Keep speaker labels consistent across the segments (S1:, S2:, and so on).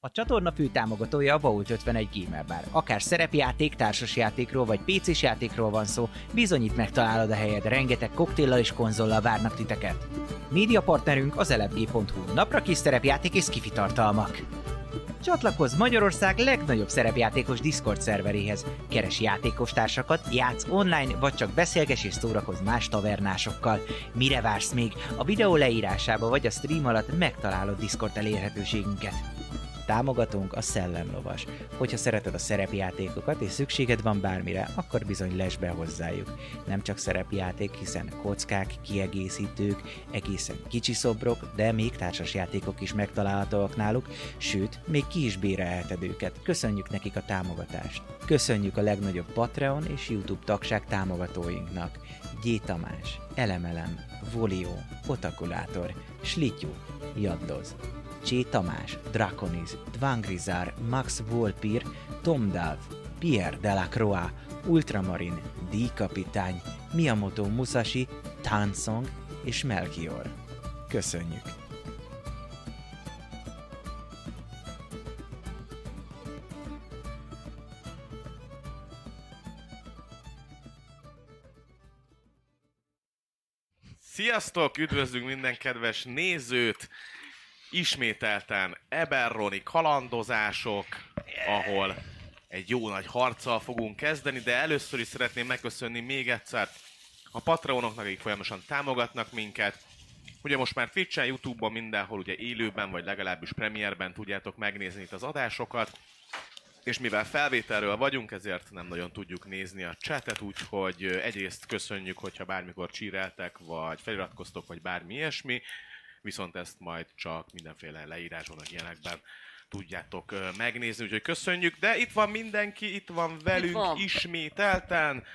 S1: A csatorna fő támogatója a Vault 51 Gamer Bar. Akár szerepjáték, társasjátékról vagy PC-s játékról van szó, bizonyít megtalálod a helyed, rengeteg koktéllal és konzollal várnak titeket. Média partnerünk az elefg.hu, napra kis szerepjáték és kifitartalmak. Csatlakozz Magyarország legnagyobb szerepjátékos Discord szerveréhez. Keres játékostársakat, játsz online, vagy csak beszélges és szórakozz más tavernásokkal. Mire vársz még? A videó leírásába vagy a stream alatt megtalálod Discord elérhetőségünket. Támogatónk a Szellemlovas. Hogyha szereted a szerepjátékokat és szükséged van bármire, akkor bizony lesz be hozzájuk. Nem csak szerepjáték, hiszen kockák, kiegészítők, egészen kicsi szobrok, de még társasjátékok is megtalálhatóak náluk, sőt, még ki is bérelheted őket. Köszönjük nekik a támogatást. Köszönjük a legnagyobb Patreon és YouTube tagság támogatóinknak. G. Tamás, Elemelem, Volió, Otakulátor, Slityu, Jaddoz, Csé Tamás, Draconis, Dvangrizar, Max Volpir, Tom Dalv, Pierre Delacroix, Ultramarin, D. Kapitány, Miyamoto Musashi, Tansong és Melchior. Köszönjük!
S2: Sziasztok! Üdvözlünk minden kedves nézőt! Ismételten Eberroni kalandozások, ahol egy jó nagy harccal fogunk kezdeni, de először is szeretném megköszönni még egyszer a Patreonoknak, akik folyamatosan támogatnak minket. Ugye most már Twitch-en, Youtube-ban mindenhol ugye élőben, vagy legalábbis premierben tudjátok megnézni itt az adásokat. És mivel felvételről vagyunk, ezért nem nagyon tudjuk nézni a chatet, úgyhogy ö, egyrészt köszönjük, hogyha bármikor csíreltek, vagy feliratkoztok, vagy bármi ilyesmi, viszont ezt majd csak mindenféle leírásban, vagy ilyenekben tudjátok ö, megnézni, úgyhogy köszönjük, de itt van mindenki, itt van velünk itt
S3: van.
S2: van. ismételten,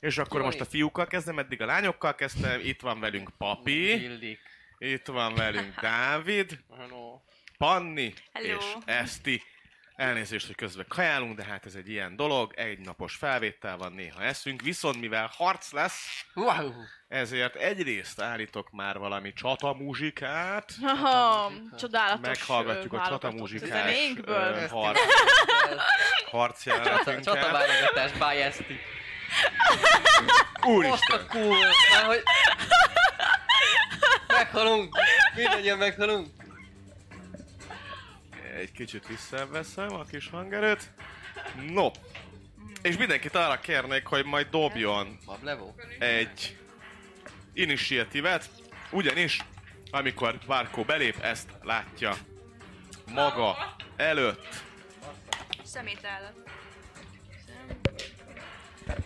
S2: és akkor most a fiúkkal kezdem, eddig a lányokkal kezdtem, itt van velünk Papi,
S4: Illik.
S2: itt van velünk Dávid,
S4: Hello.
S2: Panni
S3: Hello.
S2: és Eszti. Elnézést, hogy közben kajálunk, de hát ez egy ilyen dolog, egy napos felvétel van, néha eszünk, viszont mivel harc lesz,
S4: Wow.
S2: ezért egyrészt állítok már valami csatamuzsikát,
S5: Aha, csodálatos
S2: meghallgatjuk
S5: hát ö,
S2: a
S5: válogatott
S2: csatamuzsikás
S5: Zenénkből.
S2: ö, harc, harcjelenetünket.
S4: Csataválogatás, bájeszti. Most
S2: Úristen,
S4: a cool. Már hogy... Meghalunk. Mindannyian meghalunk.
S2: egy kicsit visszaveszem a kis hangerőt. No, és mindenkit arra kérnék, hogy majd dobjon
S4: Bablevó.
S2: egy initiatívet, ugyanis amikor Várkó belép, ezt látja maga előtt.
S3: Szemét állat.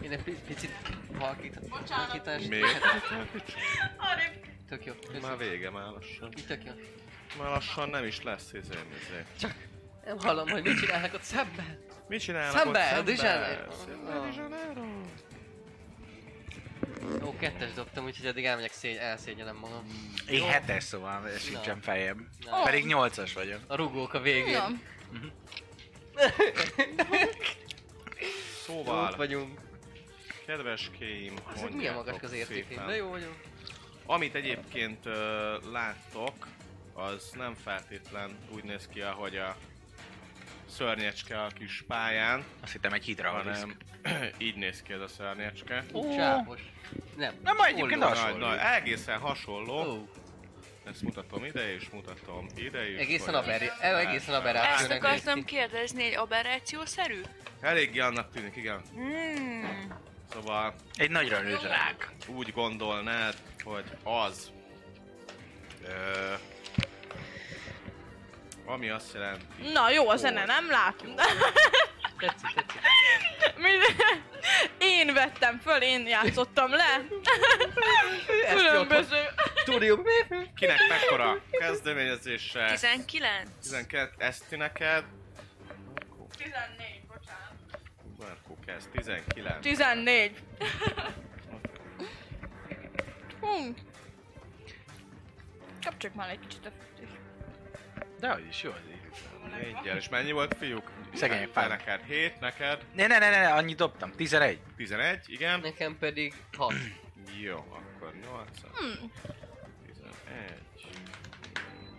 S4: Én egy pic- picit halkít.
S5: Bocsánat.
S4: halkítás- Hát,
S2: Még?
S4: Tök jó. köszi.
S2: Már vége, már lassan.
S4: Így Tök jó.
S2: Már lassan nem is lesz izém, izé.
S4: Nem hallom, hogy mit csinálnak ott szemben.
S2: Mit csinálnak
S4: Szemben,
S2: ott
S4: Dizsánál.
S2: szemben?
S4: Ó, kettes dobtam, úgyhogy eddig elmegyek szégy, elszégyelem magam.
S6: Én hetes szóval ez sincsen fejem.
S4: Na.
S6: Pedig nyolcas vagyok.
S4: A rugók a végén.
S5: Nem.
S4: Ott
S2: Szóval,
S4: vagyunk.
S2: kedveskéim,
S4: Ezek milyen magasak az
S2: mondjátok
S4: értékén.
S2: szépen.
S4: De jó vagyunk.
S2: Amit egyébként ö, láttok, az nem feltétlen úgy néz ki, ahogy a szörnyecske a kis pályán,
S6: Azt hittem egy hidra van.
S2: hanem így néz ki ez a szörnyecske.
S4: Csápos. Nem.
S6: Nem, majd egyébként
S4: Holló.
S2: Nagy,
S6: hasonló.
S2: nagy, egészen hasonló.
S4: Ó,
S2: Ezt mutatom ide, és mutatom ide is.
S4: Egészen
S2: hogy-
S4: aberri- e- egészen
S3: Ezt
S4: aberrációnak néz ki.
S3: akartam kérdezni, egy aberrációszerű?
S2: Eléggé annak tűnik, igen.
S3: Hmm.
S2: Szóval
S6: Egy nagyra nőtt rák.
S2: úgy gondolnád, hogy az, ö, ami azt jelenti,
S5: Na jó, a zene, nem látom. De
S4: Tetszik, tetszik.
S5: mind- én vettem föl, én játszottam le. Különböző.
S4: Stúdió.
S2: kinek mekkora kezdeményezéssel,
S3: 19.
S2: 12, ezt ti neked,
S5: 14, bocsánat.
S2: Markó kezd, 19.
S5: 14. Hú. Kapcsolj már egy kicsit a fűtést.
S6: De hogy is jó az így.
S2: Négyel, és mennyi volt fiúk?
S6: Szegények
S2: Te
S6: pár.
S2: neked 7, neked
S6: Ne, ne, ne, ne, ne, annyit dobtam. 11.
S2: 11, igen.
S4: Nekem pedig hat.
S2: Jó, akkor 8 11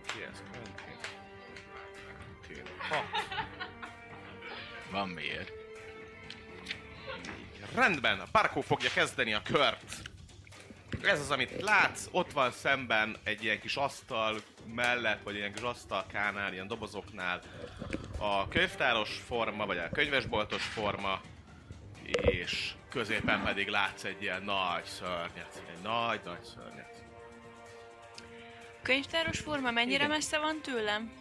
S2: Ki ez? Quentin? Quentin.
S6: Van miért.
S2: Rendben, a Parkó fogja kezdeni a kört. Ez az, amit látsz, ott van szemben egy ilyen kis asztal mellett, vagy ilyen kis asztalkánál, ilyen dobozoknál a könyvtáros forma, vagy a könyvesboltos forma, és középen pedig látsz egy ilyen nagy szörnyet, egy nagy-nagy szörnyet.
S3: Könyvtáros forma mennyire
S2: Igen.
S3: messze van tőlem?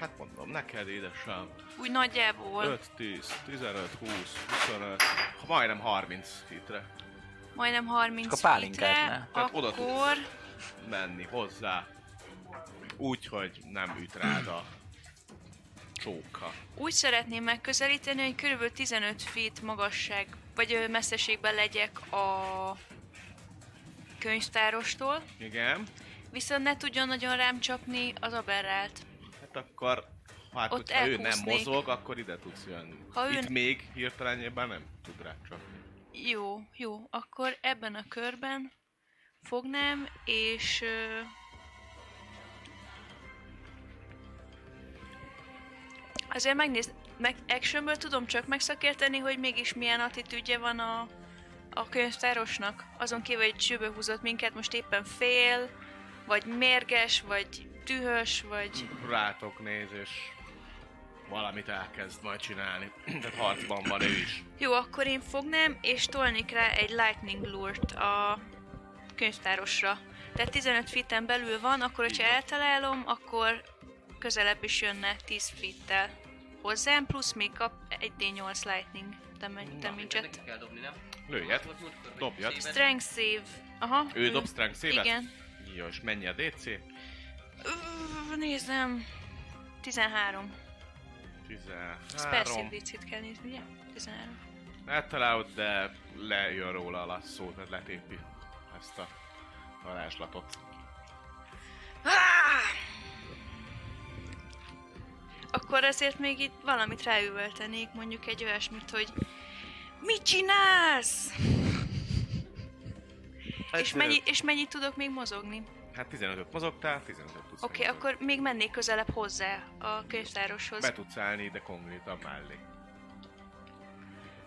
S2: Hát mondom, neked édesem,
S3: Úgy nagyjából.
S2: 5, 10, 15, 20, 25, majdnem 30 hitre
S3: Majdnem 30
S1: Csak a pálinkát,
S3: feetre,
S2: ne? Tehát Hát oda tudsz.
S3: Akkor...
S2: menni hozzá, úgyhogy nem üt rád a csóka.
S3: Úgy szeretném megközelíteni, hogy körülbelül 15 feet magasság, vagy ö, messzeségben legyek a könyvtárostól,
S2: Igen,
S3: viszont ne tudjon nagyon rám csapni az aberrált.
S2: hát akkor hát,
S3: Ott
S2: hogyha ő nem
S3: elkúsznék.
S2: mozog, akkor ide tudsz jönni.
S3: Ha ő
S2: Itt
S3: n-
S2: még hirtelen nyilván nem tud rád csapni.
S3: Jó, jó, akkor ebben a körben fognám, és... ö, Azért megnéz, meg actionből tudom csak megszakérteni, hogy mégis milyen attitűdje van a, a könyvtárosnak. Azon kívül, hogy csőbe húzott minket, most éppen fél, vagy mérges, vagy dühös, vagy...
S2: Rátok néz, és valamit elkezd majd csinálni. Tehát harcban van ő is.
S3: Jó, akkor én fognám, és tolnék rá egy lightning lure-t a könyvtárosra. Tehát 15 feet belül van, akkor hogyha eltalálom, akkor közelebb is jönne 10 feet hozzám, plusz még kap 1d8 lightning damage- damage-et.
S4: Neked kell dobni, nem?
S2: Lőjed,
S4: Volt múltkor, vagy
S2: Dobjad.
S4: szépen?
S3: Strength save. Aha.
S2: ő dob strength szévet?
S3: Igen.
S2: Jó, és mennyi a DC?
S3: Ö, Nézem. 13. Ez per
S2: 13.
S3: save DC-t kell nézni, ugye? 13.
S2: Eltalálod, de lejön róla a lasszó, tehát letépi ezt a varázslatot.
S3: Ah! Akkor azért még itt valamit ráüvöltenék, mondjuk egy olyasmit, hogy Mit csinálsz? és, mennyi, és mennyit tudok még mozogni?
S2: Hát 15-öt mozogtál, 15-öt tudsz
S3: Oké,
S2: mozogni.
S3: okay, akkor még mennék közelebb hozzá a könyvtároshoz.
S2: Be tudsz állni ide konkrétan mellé.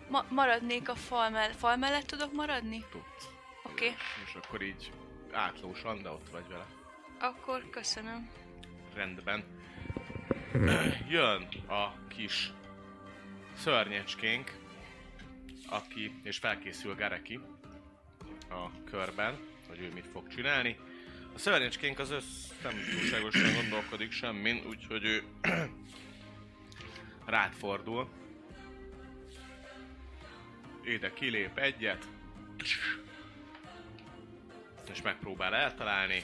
S3: Ma- maradnék a fal, mell- fal mellett tudok maradni?
S2: Tudsz.
S3: Oké.
S2: És, és akkor így átlósan, de ott vagy vele.
S3: Akkor köszönöm.
S2: Rendben. Jön a kis szörnyecskénk, aki, és felkészül Gareki a körben, hogy ő mit fog csinálni. A szörnyecskénk az össz nem túlságosan gondolkodik semmin, úgyhogy ő rád fordul. Éde kilép egyet, és megpróbál eltalálni.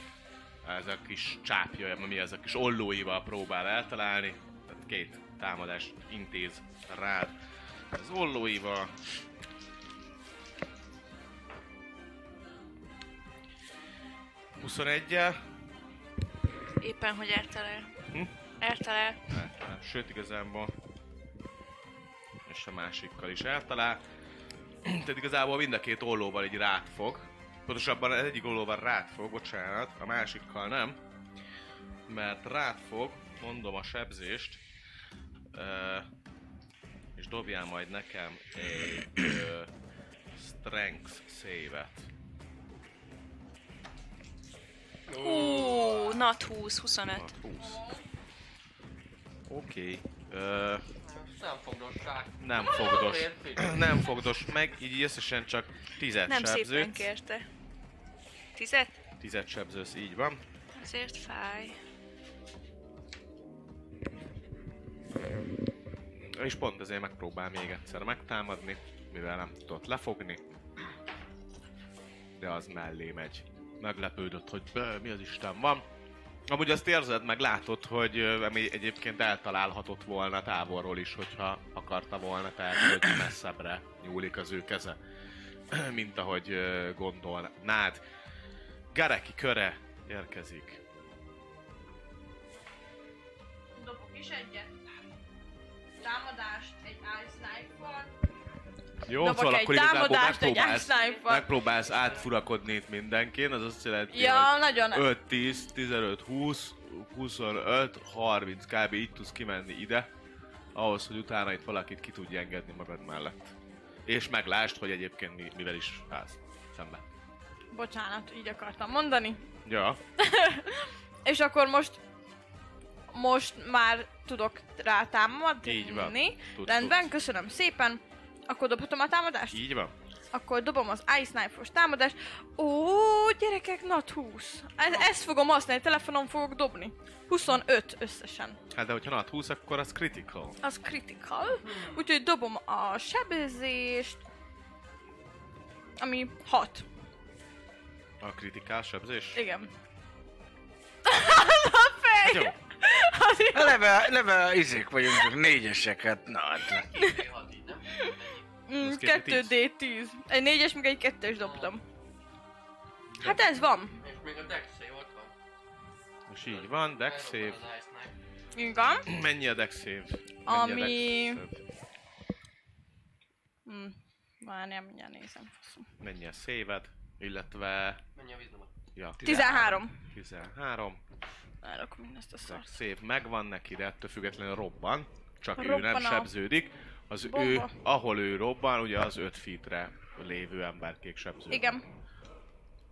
S2: Ez a kis csápja, mi ez a kis ollóival próbál eltalálni. Tehát két támadást intéz rád az ollóival. -el.
S3: Éppen, hogy eltalál.
S2: Hm?
S3: Eltalál.
S2: eltalál. Sőt, igazából és a másikkal is eltalál. Tehát igazából mind a két ollóval így rád fog. Pontosabban az egyik ollóval rád fog, bocsánat, a másikkal nem. Mert rád fog, mondom a sebzést, ö, és dobjál majd nekem egy ö, strength save-et.
S3: Hú, nat 20, 25.
S2: 20. Oké. Okay.
S4: Nem fogdosság.
S2: Nem fogdos. Nem fogdos meg, így összesen csak tizet
S3: Nem szépen
S2: sebződsz.
S3: kérte. Tizet?
S2: Tizet sebződsz, így van.
S3: Azért fáj.
S2: És pont ezért megpróbál még egyszer megtámadni, mivel nem tudott lefogni. De az mellé megy. Meglepődött, hogy bő, mi az Isten van. Amúgy azt érzed, meg látod, hogy ö, ami egyébként eltalálhatott volna távolról is, hogyha akarta volna, tehát hogy messzebbre nyúlik az ő keze, mint ahogy ö, gondolnád. Gareki köre érkezik.
S5: Dobok is egyet. Támadást, egy ice sniper.
S2: Jó,
S5: Dobok
S2: szóval
S5: egy
S2: akkor igazából
S5: támadást, egy
S2: megpróbálsz,
S5: ámsznájfal.
S2: megpróbálsz átfurakodni itt mindenkin, az azt jelenti,
S5: Ja,
S2: hogy
S5: nagyon.
S2: 5, 10, 15, 20, 25-30 kb. így tudsz kimenni ide, ahhoz, hogy utána itt valakit ki tudj engedni magad mellett. És meglásd, hogy egyébként mi, mivel is állsz szemben.
S5: Bocsánat, így akartam mondani.
S2: Ja,
S5: És akkor most most már tudok rá támadni.
S2: Így van. Tudsz,
S5: Rendben, köszönöm szépen. Akkor dobhatom a támadást?
S2: így van.
S5: Akkor dobom az Ice Knife-os támadást. Ó, gyerekek, nat 20. Ez, ezt fogom használni, telefonon fogok dobni. 25 összesen.
S2: Hát de hogyha nat 20, akkor az critical.
S5: Az critical.
S2: Hmm.
S5: Úgyhogy dobom a sebezést. Ami 6.
S2: A critical sebzés.
S5: Igen. a
S2: Jó.
S5: fej! Az-
S6: Leve, leve izék vagyunk, csak négyesek, hát na. Hát.
S4: Hat így, nem?
S5: Mm,
S2: Ez két
S5: 2D10. Egy 4-es, meg egy 2-es dobtam. Hát ez van.
S4: És még a dex save ott van.
S2: És így van, dex
S4: Erről
S2: save.
S4: van az Ice Knife.
S5: Igen.
S2: Mennyi a dex save? Mennyi a
S5: Ami-
S2: dex save?
S5: Hm. Várjál, mindjárt nézem. faszom.
S2: Mennyi a széved, illetve...
S4: Mennyi a vízdomat?
S2: Ja,
S5: 13.
S2: 13.
S5: Elrakom mindezt a szart.
S2: Szép, megvan neki, de ettől függetlenül robban. Csak ő
S5: Robban
S2: nem
S5: a
S2: sebződik. Az ő,
S5: bomba.
S2: ahol ő robban, ugye az 5 feetre lévő emberkék sebződik.
S5: Igen.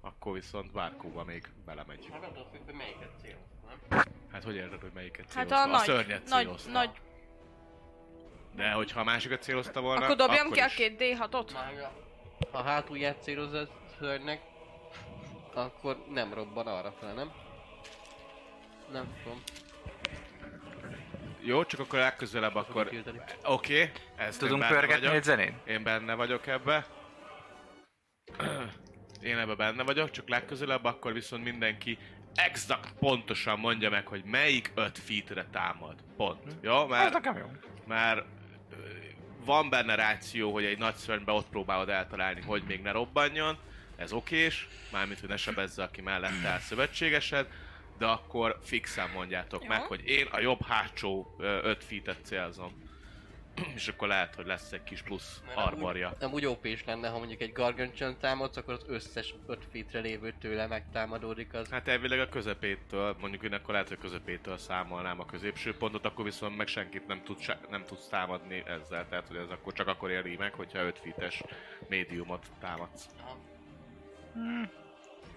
S2: Akkor viszont Várkóba még belemegy.
S4: Hát attól függ, hogy melyiket cél, nem?
S2: Hát hogy érted, hogy melyiket
S5: Hát
S2: célozta?
S5: a,
S2: a
S5: nagy,
S2: szörnyet
S5: nagy,
S2: célozta.
S5: nagy.
S2: De hogyha a másikat célozta volna,
S5: Akkor dobjam ki a
S2: is.
S5: két D6-ot.
S4: Mága, ha hátulját célozza a szörnynek, akkor nem robban arra fel, nem? Nem tudom.
S2: Jó, csak akkor legközelebb akkor... Oké,
S4: tiltani.
S2: ezt én
S6: Tudunk
S2: benne
S6: pörgetni
S2: vagyok.
S6: egy zenét?
S2: Én benne vagyok ebbe. Én ebbe benne vagyok, csak legközelebb akkor viszont mindenki exakt pontosan mondja meg, hogy melyik 5 feetre támad. Pont. Jó?
S6: Ez
S2: Mert,
S6: nekem jó.
S2: mert ö, van benne ráció, hogy egy nagy szörnybe ott próbálod eltalálni, hogy még ne robbanjon. Ez okés, mármint, hogy ne sebezze, aki mellette áll szövetségesed, de akkor fixen mondjátok
S5: Jó.
S2: meg, hogy én a jobb hátsó 5 feet-et célzom. És akkor lehet, hogy lesz egy kis plusz
S4: Mert amúgy-
S2: armorja.
S4: Amúgy OP is lenne, ha mondjuk egy gargancsön támadsz, akkor az összes 5 feetre lévő tőle megtámadódik az.
S2: Hát elvileg a közepétől, mondjuk én akkor lehet, hogy a közepétől számolnám a középső pontot, akkor viszont meg senkit nem, tud, se- nem tudsz támadni ezzel, tehát hogy ez akkor csak akkor éri meg, hogyha 5 fites médiumot támadsz.
S4: Aha.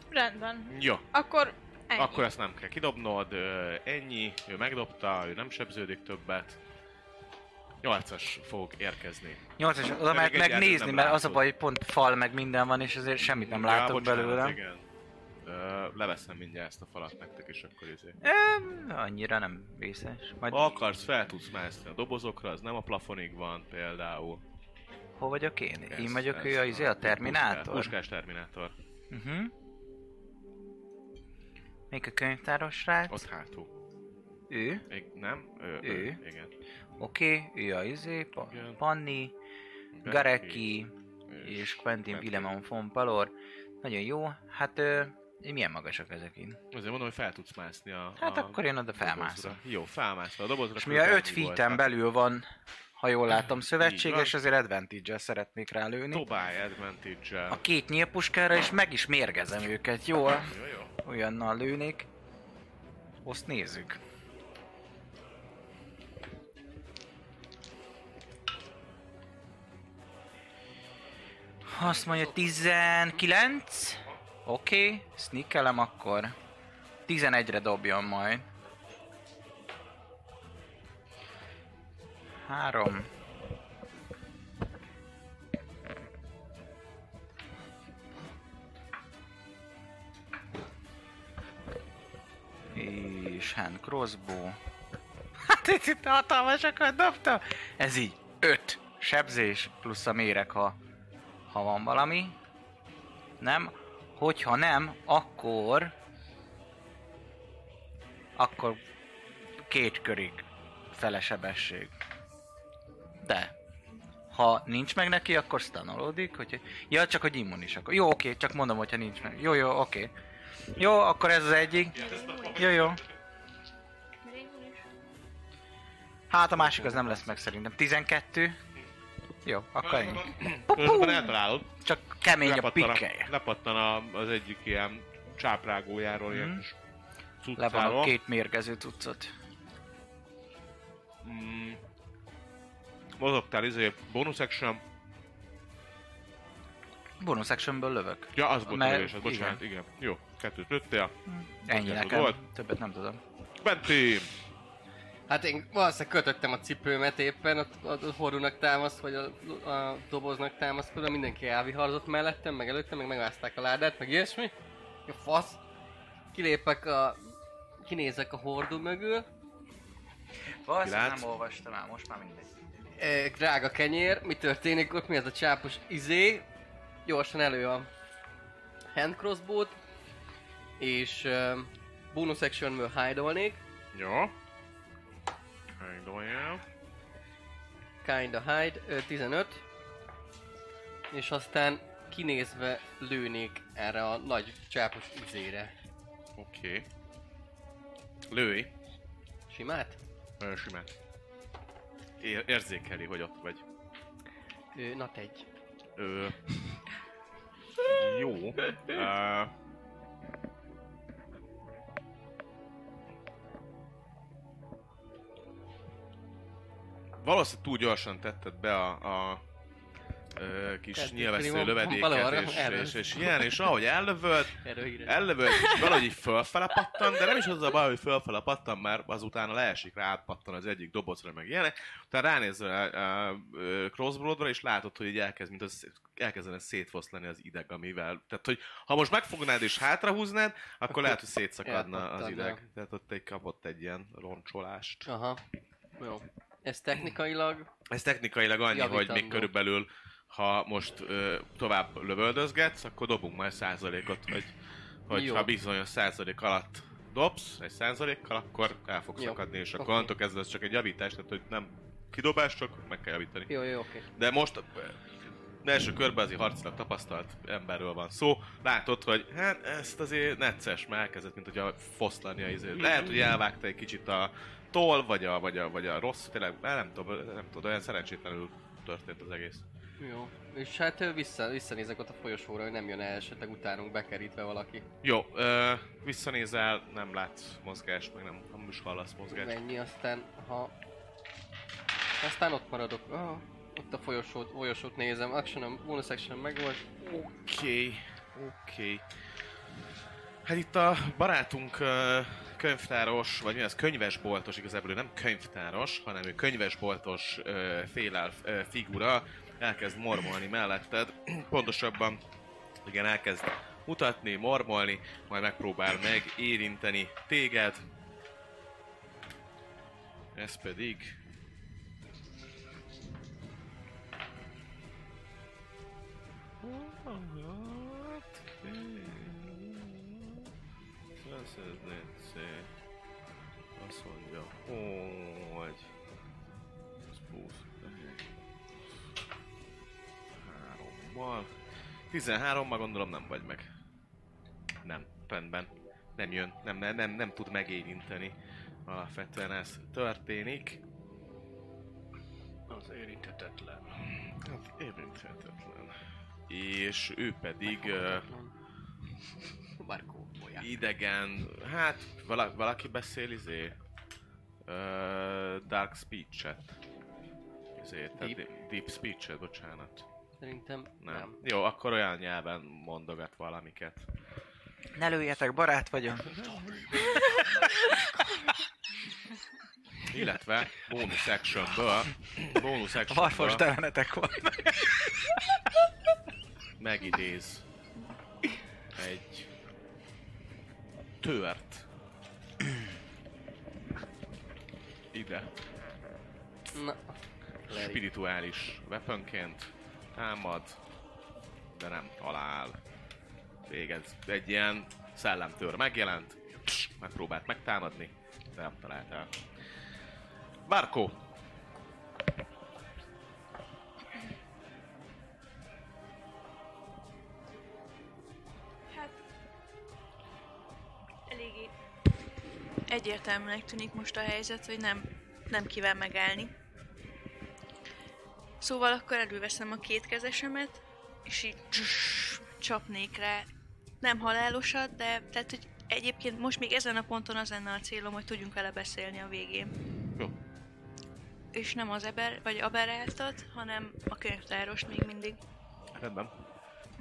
S5: Rendben.
S2: Jó,
S5: Akkor ennyi.
S2: akkor ezt nem kell kidobnod, ö, ennyi, ő megdobta, ő nem sebződik többet. 8-as fog érkezni.
S6: Nyolcas, oda
S2: Pedig
S6: meg,
S2: egy
S6: meg
S2: járdat
S6: nézni,
S2: nem
S6: mert az a
S2: látod.
S6: baj, hogy pont fal meg minden van, és ezért semmit nem látok
S2: bocsánat,
S6: belőle.
S2: Igen. Ö, leveszem mindjárt ezt a falat nektek, és akkor izé.
S6: Ö, annyira nem vészes. Majd
S2: Ha akarsz, fel tudsz mászni a dobozokra, az nem a plafonig van például.
S6: hol vagyok én?
S2: Ez-
S6: én vagyok
S2: ez
S6: ő, a, izé, a
S2: Puskás,
S6: Terminátor?
S2: puskás Terminátor.
S6: Uh-huh. Még a könyvtáros srác?
S2: Ott hátul.
S6: Ő.
S2: Még nem? Ő.
S6: Ő.
S2: ő. Igen.
S6: Oké, ő a izé, pa-
S2: Igen.
S6: Panni, Gareki és Quentin
S2: Quentin.
S6: Willemon von Palor. Nagyon jó. Hát ö, milyen magasak ezek itt?
S2: Azért mondom, hogy fel tudsz mászni a...
S6: Hát
S2: a
S6: akkor én oda
S2: dobozra.
S6: felmászom.
S2: Jó, felmászol a dobozra.
S6: És
S2: akkor
S6: mivel
S2: utána
S6: 5
S2: mi volt? hát-
S6: feet belül van, ha jól látom,
S2: Így
S6: szövetséges,
S2: van.
S6: azért advantage szeretnék rálőni.
S2: Dobálj advantage
S6: A két nyílpuskára, és meg is mérgezem őket, jó?
S2: Jó, jó.
S6: Olyannal lőnék. Azt nézzük. Azt mondja 19. Oké, okay, sneakelem akkor. 11-re dobjon majd. 3. És hand crossbow. Hát itt, itt hatalmasakat dobta. Ez így 5 sebzés plusz a méreg, ha, ha van valami. Nem? Hogyha nem, akkor... Akkor két körig fele sebesség. De. Ha nincs meg neki, akkor stanolódik, hogy... Ja, csak hogy immunis akkor. Jó, oké, csak mondom, hogyha nincs meg. Jó, jó, oké. Jó, akkor ez az egyik. Jó, jó. Hát a másik az nem lesz meg szerintem. 12. Jó, akkor ennyi.
S2: Közben eltalálod.
S6: Csak kemény a
S2: Lepattan,
S6: pikkelje. Mhm.
S2: a, lepattan a, az egyik ilyen csáprágójáról, ilyen kis
S6: Levonok
S2: cuccával.
S6: két mérgező cuccot.
S2: Mm. Mozogtál, izé, bonus action.
S6: Bonus actionből lövök.
S2: Ja, az volt
S6: Mert-
S2: a lövésed, bocsánat, igen. Jó, kettőt lőttél.
S6: Ennyi
S2: Ez
S6: nekem.
S2: volt?
S6: Többet nem tudom.
S2: Benti!
S4: Hát én valószínűleg kötöttem a cipőmet éppen, ott, ott a horúnak támaszt, vagy a, a doboznak támaszkodva, mindenki elviharzott mellettem, meg előttem, meg megvázták a ládát, meg ilyesmi. A fasz. Kilépek a... Kinézek a hordó mögül,
S6: Valószínűleg
S2: Kilátsz?
S6: nem olvastam el, most már mindegy.
S4: Ö, E, drága kenyér, mi történik ott, mi ez a csápos izé? Gyorsan elő a hand crossbow-t, és ö, bonus actionből hide
S2: Jó. Hangolja.
S4: kinda hide, ö, 15, és aztán kinézve lőnék erre a nagy csápos izére.
S2: Oké. Lőj.
S4: Simát?
S2: Ö, Simán. Ér- érzékeli, hogy ott vagy.
S4: Ö, na egy.
S2: Ö... Jó. Ö... Valószínűleg túl gyorsan tetted be a, a ö, kis
S4: Tehát,
S2: nyilvessző
S4: van- van
S2: lövedéket,
S4: valahol
S2: és,
S4: elő.
S2: és, és ilyen, és ahogy ellövölt,
S4: Erről híres.
S2: ellövölt, és valahogy így fölfele pattan, de nem is az a baj, hogy fölfele pattan, mert azután leesik rá, átpattan az egyik dobozra, meg ilyenek. Utána ránézel a, a, a crossbrodra, és látod, hogy így elkezd, mint az, elkezdene szétfoszlani az ideg, amivel... Tehát, hogy ha most megfognád és hátrahúznád, akkor lehet, hogy szétszakadna az
S4: elpattan,
S2: ideg.
S4: ja.
S2: Tehát ott egy kapott egy ilyen roncsolást.
S4: Aha. Jó. Ez technikailag
S2: Ez technikailag annyi, hogy még
S4: Javítandó.
S2: körülbelül, ha most ö, tovább lövöldözgetsz, akkor dobunk majd százalékot, hogy, hogy
S4: Jó.
S2: ha bizonyos százalék alatt dobsz, egy százalékkal, akkor el fogsz
S4: Jó.
S2: szakadni, és akkor
S4: Oké.
S2: onnantól kezdve ez csak egy javítás, tehát hogy nem kidobás, csak meg kell javítani.
S4: jó, jó, oké.
S2: De most ö, de első körben azért harcilag tapasztalt emberről van szó. Látod, hogy hát ezt azért necces, mert elkezdett, mint hogy a foszlani a izé. Lehet, hogy elvágta egy kicsit a toll, vagy a, vagy a, vagy a rossz, tényleg már nem tudom, eh, nem tudom, olyan szerencsétlenül történt az egész.
S4: Jó. És hát ö, vissza, visszanézek ott a folyosóra, hogy nem jön el esetleg utánunk bekerítve valaki.
S2: Jó, ö, visszanézel, nem látsz mozgást, meg nem, nem is hallasz mozgást.
S4: Mennyi, aztán ha... Aztán ott maradok. Ah, ott a folyosót, folyosót nézem. Actionom, bonus action megvolt.
S2: Oké, oké. Hát itt a barátunk ö, könyvtáros, vagy mi az, könyvesboltos, igazából ő nem könyvtáros, hanem ő könyvesboltos ö, félelf ö, figura, elkezd mormolni melletted, pontosabban, igen, elkezd mutatni, mormolni, majd megpróbál megérinteni téged. Ez pedig... This is Nancy. Azt mondja, hogy... Ez 20. Hárommal. 13-mal gondolom nem vagy meg. Nem, rendben. Nem jön, nem, nem, nem, nem tud megérinteni. Alapvetően ez történik.
S7: Az érinthetetlen.
S2: Hát érinthetetlen. És ő pedig... ö,
S4: Barkó, bolyá.
S2: idegen, hát vala, valaki beszél izé, uh, dark speech-et. Izé, tehát
S4: Deep?
S2: deep. deep speech-et, bocsánat.
S4: Szerintem
S2: Nem.
S4: nem. nem.
S2: Jó, akkor olyan nyelven mondogat valamiket.
S6: Ne lőjetek, barát vagyok.
S2: Illetve bonus actionből, bonus
S6: Farfos
S2: actionből
S6: telenetek vannak.
S2: megidéz egy tört. Ide.
S4: Na. Leri.
S2: spirituális weaponként támad, de nem talál. Téged egy ilyen szellemtör megjelent, megpróbált megtámadni, de nem találtál. Barkó,
S3: Hát... Eléggé... Egyértelműnek tűnik most a helyzet, hogy nem, nem kíván megállni. Szóval akkor előveszem a kétkezesemet, és így csuss, csapnék rá. Nem halálosat, de tehát, hogy Egyébként most még ezen a ponton az lenne a célom, hogy tudjunk vele beszélni a végén.
S2: Jó.
S3: És nem az Eber, vagy Abereltot, hanem a könyvtárost még mindig.
S2: Rendben.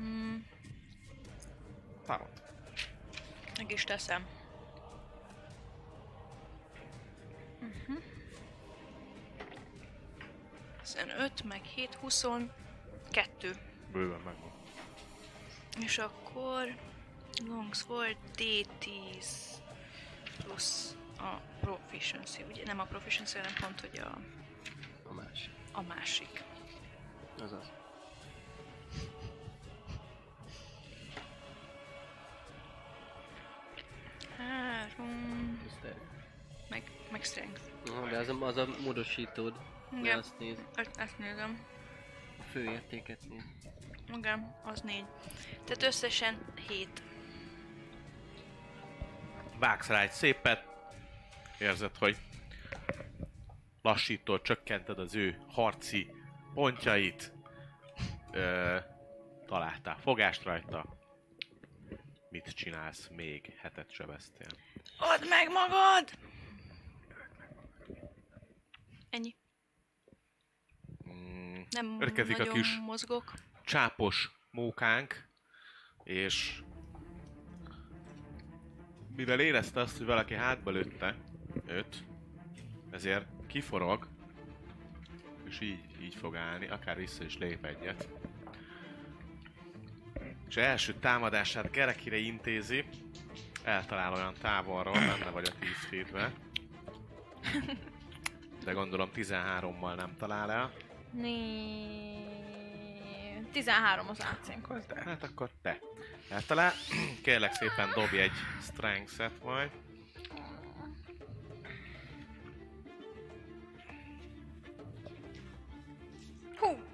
S3: Mm,
S2: Támad.
S3: meg is teszem. Mhm. 15, meg 7, 22.
S2: Bőven megvan.
S3: És akkor Longsword D10 plusz a proficiency, ugye nem a proficiency, hanem pont, hogy a,
S4: A másik.
S3: a másik.
S4: Azaz.
S3: Három,
S4: Ez te-
S3: meg, meg strength.
S4: Aha, De az a, az a módosítód.
S3: Igen.
S4: Igen. Azt néz,
S3: Ezt, ezt nézem.
S4: a főértéket néz.
S3: Igen, az négy. Tehát összesen hét.
S2: Vágsz rá egy szépet. Érzed, hogy lassítod, csökkented az ő harci pontjait. Ö, találtál fogást rajta. Mit csinálsz még? Hetet sebeztél.
S3: Add meg magad! Ennyi.
S2: Mm,
S3: Nem
S2: Érkezik a
S3: nagyon
S2: kis-
S3: mozgok.
S2: csápos mókánk, és mivel érezte azt, hogy valaki hátba lőtte őt, ezért kiforog, és így, így fog állni, akár vissza is lép egyet. És első támadását Gerekire intézi, eltalál olyan távolról, benne vagy a 10 feetbe. De gondolom 13-mal nem talál el.
S5: Né... 13 az ac
S2: Akkor te. Hát akkor te. Hát talán kérlek szépen dobj egy strength-et majd.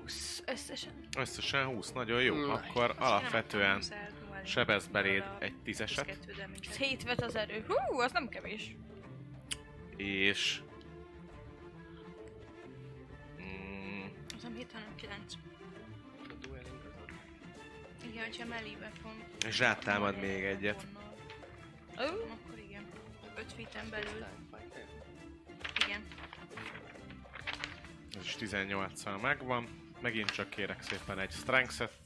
S5: Húsz összesen.
S2: Összesen 20, nagyon jó.
S4: Mm.
S2: Akkor
S3: Azt én
S2: alapvetően
S3: nem akartam hozzáadni.
S2: sebez beléd
S3: Arra
S2: egy tízeset,
S3: 12 damage-et.
S5: Ez 7 vet az erő. Hú, az nem kevés.
S2: és... Mm,
S3: Az nem 7, hanem 9. Igen, hogyha mellébe van.
S2: és rátámad még egyet.
S5: Ó,
S3: Akkor igen. 5 feet belül. Igen.
S2: Ez is 18-szal megvan. Megint csak kérek szépen egy strength-et.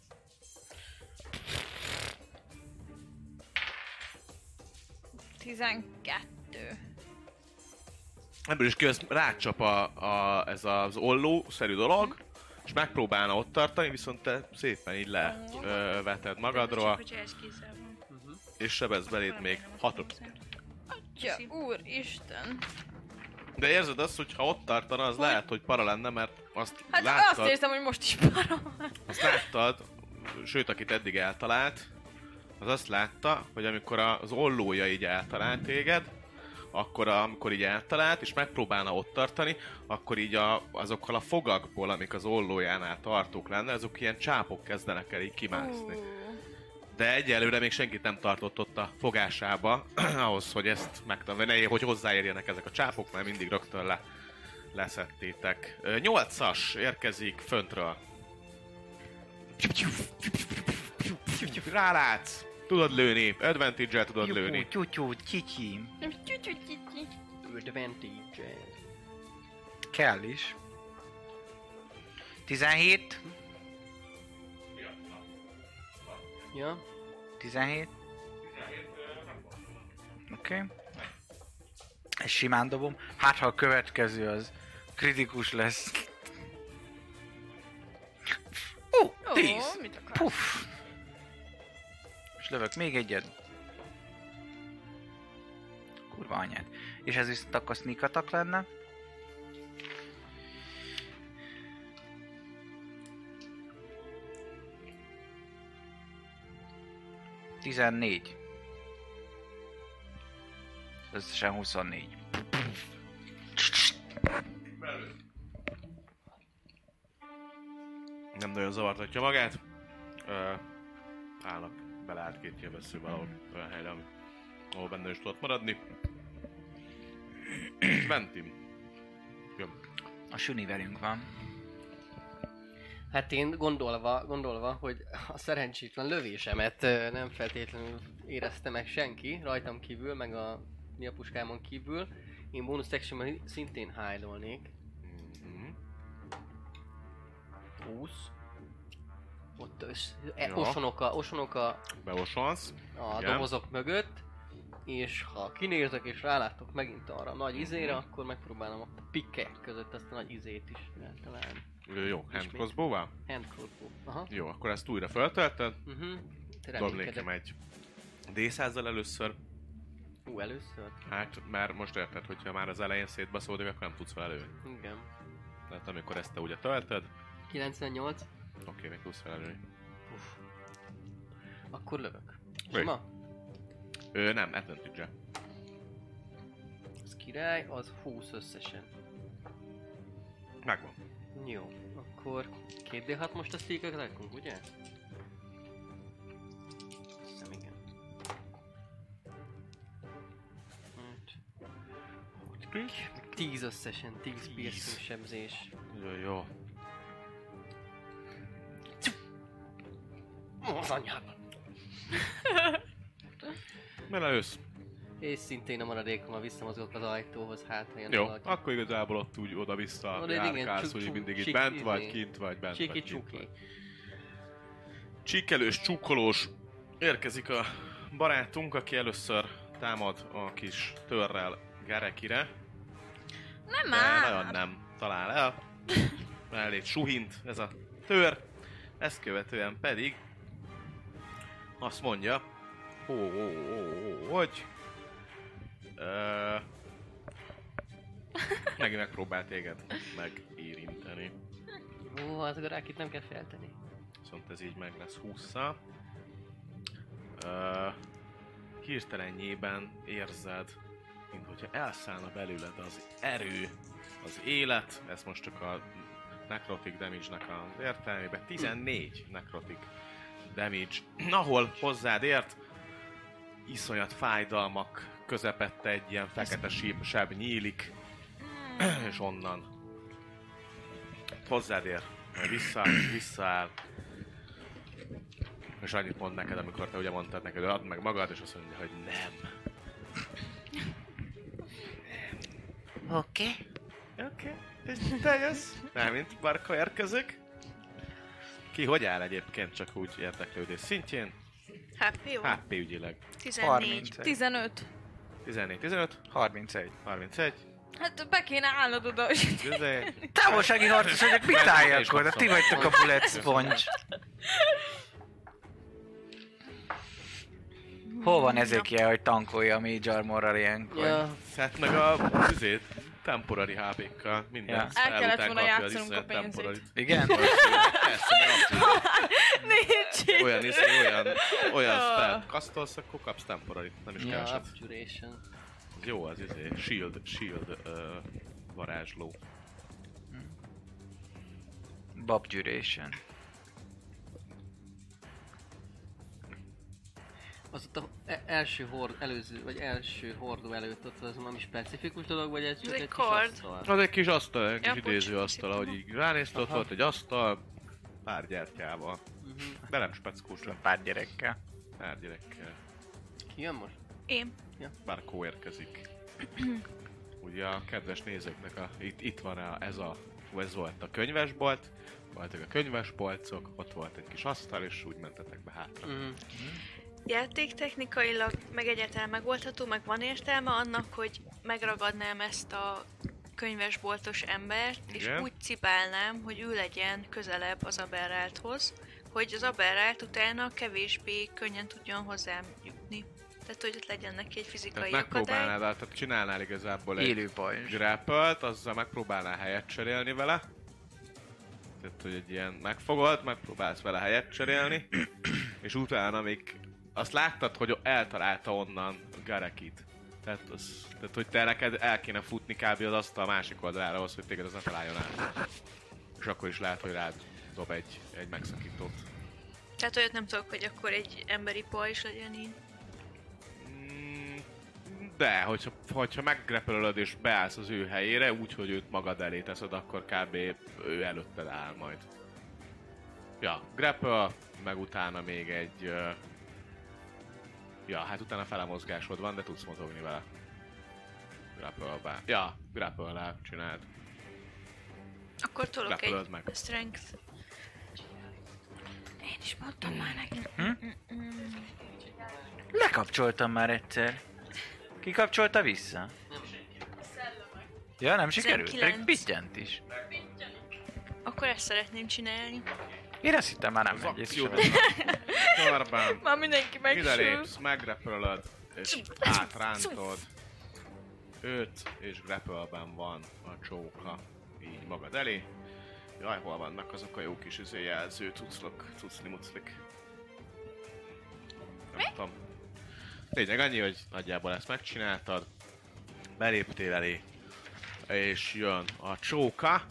S5: Tizenkettő.
S2: Ebből is köz rácsap a, a, ez az olló-szerű dolog, és megpróbálna ott tartani, viszont te szépen így leveted magadról.
S3: Csak, hogyha ez kézzel van.
S2: és sebez beléd
S3: Akkor
S2: még
S3: remélem, hogy
S2: hatot.
S3: nem
S5: Atya, úristen.
S2: De érzed azt, hogy ha ott tartana, az lehet, hogy para lenne, mert azt
S5: Hát
S2: láttad,
S5: azt érzem, hogy most is parom.
S2: azt láttad, sőt, akit eddig eltalált, az azt látta, hogy amikor az ollója így eltalált téged, akkor amikor így eltalált, és megpróbálna ott tartani, akkor így a, azokkal a fogakból, amik az ollójánál tartók lenne, azok ilyen csápok kezdenek el így kimászni. De egyelőre még senkit nem tartott ott a fogásába, ahhoz, hogy ezt megtanulni, hogy hozzáérjenek ezek a csápok, mert mindig rögtön le, leszettétek. Ö, Nyolcas érkezik föntről. Rálátsz, tudod lőni, advantage tudod lőni.
S6: Tyutyú, csicsím.
S5: Csücsücsücsü.
S4: Advantage.
S6: Kell is. 17.
S4: Ja.
S6: 17. Oké. Okay. Ezt simán dobom. Hát, ha a következő az kritikus lesz. Ó,
S5: Ó,
S6: 10.
S5: mit akarsz?
S6: Puff. És lövök még egyet. Kurva anyád. És ez viszont akkor sneak attack lenne. Tizennégy. Összesen 24.
S2: Nem nagyon zavartatja magát. Ö, állnak, beleállt két jövesző valahol olyan helyre, ami- ahol benne is tudott maradni. Ventim. Jön.
S6: A süni velünk van.
S4: Hát én gondolva, gondolva, hogy a szerencsétlen lövésemet ö, nem feltétlenül érezte meg senki, rajtam kívül, meg a mi a puskámon kívül. Én bonus actionben szintén high 20. Ott össz, e,
S2: Jó.
S4: osonoka, osonoka
S2: Beosonsz.
S4: a
S2: Igen.
S4: dobozok mögött, és ha kinézek és rálátok megint arra a nagy izére, akkor megpróbálom a pikkek között azt a nagy izét is eltalálni.
S2: Ö, Jó, hand
S4: Ismét.
S2: crossbow
S4: Handcrossbow. Aha.
S2: Jó, akkor ezt újra feltöltöd.
S4: Mhm. Te
S2: Dob nekem
S4: reménykedek.
S2: egy d 100 először.
S4: Ú, először?
S2: Hát már most érted, hogyha már az elején szétbaszódik, akkor nem tudsz vele lőni.
S4: Igen.
S2: Tehát amikor ezt te ugye töltöd,
S4: 98.
S2: oké, még tudsz vele lőni.
S4: Uff. Akkor lövök.
S2: Lőj.
S4: Sima?
S2: Ö, nem, advantage
S4: Az király, az 20 összesen.
S2: Megvan.
S4: Jó. Akkor 2D6 most a székek lekunk, ugye? Azt hiszem, igen. Öt. 10 összesen, 10 piercing sebzés.
S2: Jó, jó.
S4: Az anyába!
S2: Beleősz.
S4: És szintén a maradékommal visszamozgok az ajtóhoz, hát ha ilyen
S2: Jó,
S4: alatt-
S2: akkor igazából ott úgy oda-vissza
S4: Oda, igen,
S2: járkálsz,
S4: csuk-
S2: hogy
S4: csuk-
S2: mindig itt
S4: csik-
S2: bent
S4: izé.
S2: vagy, kint vagy, bent vagy,
S4: Csiki
S2: kint vagy.
S4: csuki.
S2: csíkelős, csukkolós érkezik a barátunk, aki először támad a kis törrel Garekire.
S5: Nem
S2: De
S5: már!
S2: nagyon nem talál el. Elég suhint ez a tör. Ezt követően pedig azt mondja, ó, ó, ó, ó, hogy ö, megint megpróbál téged megérinteni.
S4: Ó, az a rákit nem kell felteni.
S2: Viszont ez így meg lesz 20 uh, Hirtelenjében érzed, mint hogyha elszállna belőled az erő, az élet, ez most csak a necrotic damage-nek az értelmében, 14 necrotic damage, ahol hozzád ért, iszonyat fájdalmak közepette egy ilyen fekete síp, seb nyílik, és onnan hozzád ér, majd visszaáll, visszaáll, és annyit mond neked, amikor te ugye mondtad neked, hogy add meg magad, és azt mondja, hogy nem.
S6: Oké.
S2: Oké, és te jössz. Nem, mint Barka érkezik. Ki hogy áll egyébként, csak úgy érdeklődés szintjén?
S3: HP Hát, jó?
S2: HP ügyileg.
S3: 14.
S6: 31.
S5: 15.
S2: 14, 15,
S6: 31.
S2: 31,
S5: Hát be kéne állnod oda, hogy
S2: 11.
S6: Távolsági harcos vagyok, mit állj
S2: És
S6: akkor? De
S2: kapszom.
S6: ti vagytok a bullet sponge. Hol van ezekje, hogy tankolja a Mage Armorral ilyenkor?
S4: Ja,
S2: Hát meg a izét, temporary HP-kkal, minden.
S6: Ja.
S2: Ja.
S5: El kellett volna játszanunk a pénzét.
S6: Igen?
S2: Persze, mert aktív.
S5: nincs
S2: olyan izé, olyan, olyan spell. Kasztolsz, akkor kapsz temporary, nem is
S4: ja,
S2: keveset.
S4: abjuration.
S2: Jó, az izé, shield, shield ö, varázsló.
S6: Bob Duration.
S4: Az ott a e- első hord, előző, vagy első hordó előtt ott az valami specifikus dolog, vagy ez csak egy kis
S3: Record.
S4: asztal?
S2: Az egy kis asztal, egy
S3: Ja,
S2: kis
S3: bocs,
S2: idéző
S3: kicsit
S2: asztal,
S3: tudom.
S2: ahogy így ránézte, ott
S4: Aha.
S2: volt egy asztal, pár gyertyával.
S4: Mhm.
S2: De nem speckós, csak
S6: Pár gyerekkel.
S2: pár gyerekkel.
S4: Ki jön most?
S3: Én.
S2: Barkó érkezik. Ugye a kedves nézőknek a, itt, itt van a, ez a, fú, ez volt a könyvesbolt, voltak a könyvesbolcok, ott volt egy kis asztal, és úgy mentetek be hátra.
S4: Mhm.
S3: Játéktechnikailag meg egyáltalán megoldható, meg van értelme annak, hogy megragadnám ezt a könyvesboltos embert, és
S2: Igen.
S3: úgy cipálnám, hogy ő legyen közelebb az aberrálthoz, hogy az aberrált utána kevésbé könnyen tudjon hozzám jutni. Tehát, hogy ott legyen neki egy
S2: Tehát
S3: fizikai akadály.
S2: megpróbálnál, el- tehát csinálnál igazából egy
S6: Élő pajzs.
S2: grappelt, azzal megpróbálnál helyet cserélni vele. Tehát, hogy egy ilyen megfogod, megpróbálsz vele helyet cserélni, és utána még azt láttad, hogy eltalálta onnan Garekit. Tehát, az, tehát, hogy te neked el kéne futni kb. az asztal másik oldalára ahhoz, hogy téged az ne találjon át. És akkor is lehet, hogy rád dob egy, egy megszakítót.
S3: Tehát olyat nem tudok, hogy akkor egy emberi paj is legyen így.
S2: Mm, De, hogyha, hogyha meggrepelölöd és beállsz az ő helyére, úgyhogy őt magad elé teszed, akkor kb. ő előtted áll majd. Ja, grapple, meg utána még egy... ö, Ja, hát utána felemozgásod van, de tudsz mozogni vele. Grapple-be. Ja, grapple csináld.
S3: Akkor tolok
S2: Grappled
S3: egy
S2: meg.
S3: strength.
S5: Én is mondtam már neki.
S6: Lekapcsoltam már egyszer. Kikapcsolta vissza? Ja, nem sikerült? Pedig
S3: 19.
S6: pittyent is.
S3: Akkor ezt szeretném csinálni.
S6: Én azt hittem már nem
S2: Az
S6: megy. és-
S2: akciódat. Körben.
S5: Már mindenki megsül.
S2: Kidelépsz, meggrepölöd, és átrántod. Őt és grepölben van a csóka. Így magad elé. Jaj, hol vannak azok a jó kis izé jelző cuclok, cucli muclik. Nem tudom. Lényeg annyi, hogy nagyjából ezt megcsináltad. Beléptél elé. És jön a csóka,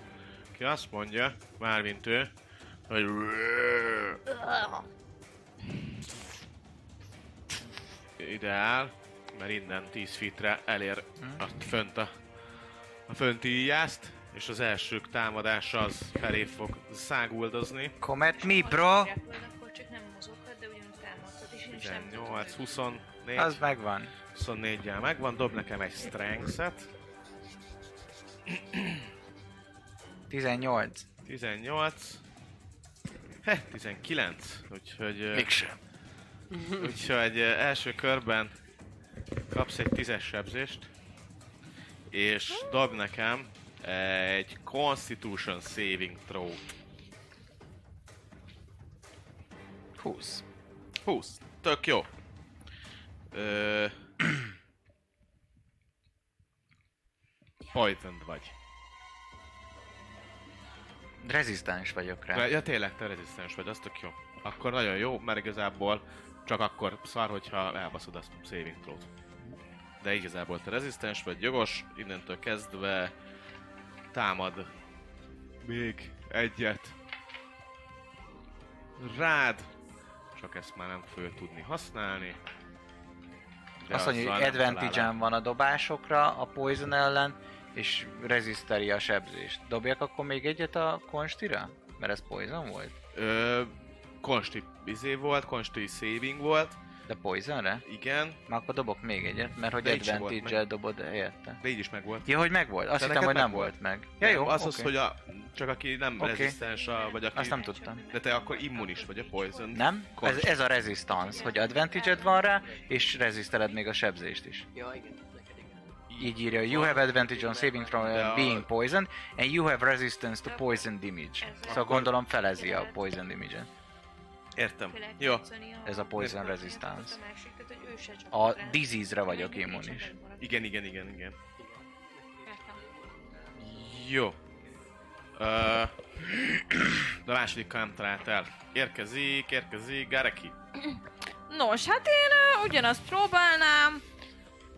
S2: ki azt mondja, mármint ő, hogy ide áll, mert innen 10 fitre elér a fönt a, a fönti íjászt, és az első támadása az felé fog száguldozni.
S6: Comet mi, bro?
S3: Akkor csak nem mozoghat, de ugyanúgy támadhat, és én is nem tudom.
S2: 18, 24,
S6: Az megvan.
S2: 24-jel megvan, dob nekem egy strength-et.
S6: 18.
S2: 18, Heh, 19, úgyhogy... ö,
S6: Mégsem.
S2: Úgyhogy eh, első körben kapsz egy tízes sebzést, és dob nekem egy Constitution Saving Throw.
S6: 20.
S2: 20. Tök jó. Ö... Poisoned vagy.
S6: Rezisztens vagyok rá.
S2: Re- Ja tényleg, te rezisztens vagy, az tök jó. Akkor nagyon jó, mert igazából csak akkor szar, hogyha elbaszod a saving throw De igazából te rezisztens vagy, jogos, innentől kezdve támad még egyet rád, csak ezt már nem föl tudni használni. De
S6: Azt mondja,
S2: azzal
S6: hogy
S2: szóval nem
S6: advantage
S2: találod.
S6: van a dobásokra, a poison ellen, és reziszteri a sebzést. Dobjak akkor még egyet a konstira? Mert ez poison volt?
S2: Ö, konsti izé volt, konsti saving volt,
S6: De poisonre?
S2: igen,
S6: Már akkor dobok még egyet, mert hogy
S2: De így sem volt
S6: advantage-el dobod helyette.
S2: de így is megvolt.
S6: Ja, hogy megvolt? Azt
S2: De
S6: hittem,
S2: neked
S6: hogy nem
S2: megvolt.
S6: volt meg. Ja, jó,
S2: az
S6: oké.
S2: az, hogy a, csak aki nem
S6: Oké.
S2: okay. rezisztens, a, vagy aki...
S6: Azt nem tudtam.
S2: De te akkor immunis vagy a poison.
S6: Nem? Ez,
S2: Konst.
S6: ez a resistance, hogy advantage van rá, és reziszteled még a sebzést is.
S4: Ja, igen, neked igen.
S6: Így írja, you have advantage on saving from
S2: De a-
S6: uh, being poisoned, and you have resistance to poison damage. Szóval gondolom felezi a poison damage-et.
S2: Értem.
S3: Ki lehet
S2: Jó.
S3: játszani a-
S6: Ez a poison
S3: a-
S6: resistance.
S3: A, másik, tehát, hogy ő se csak
S6: A
S3: rá.
S6: disease-re vagyok
S3: Én
S6: immunis.
S3: csak megmaradok.
S2: Igen, igen, igen, igen.
S3: Értem.
S2: Jó. Ö, de a másodikkal nem találtál. Érkezik, érkezik, Gareki.
S5: Nos, hát én uh, ugyanazt próbálnám.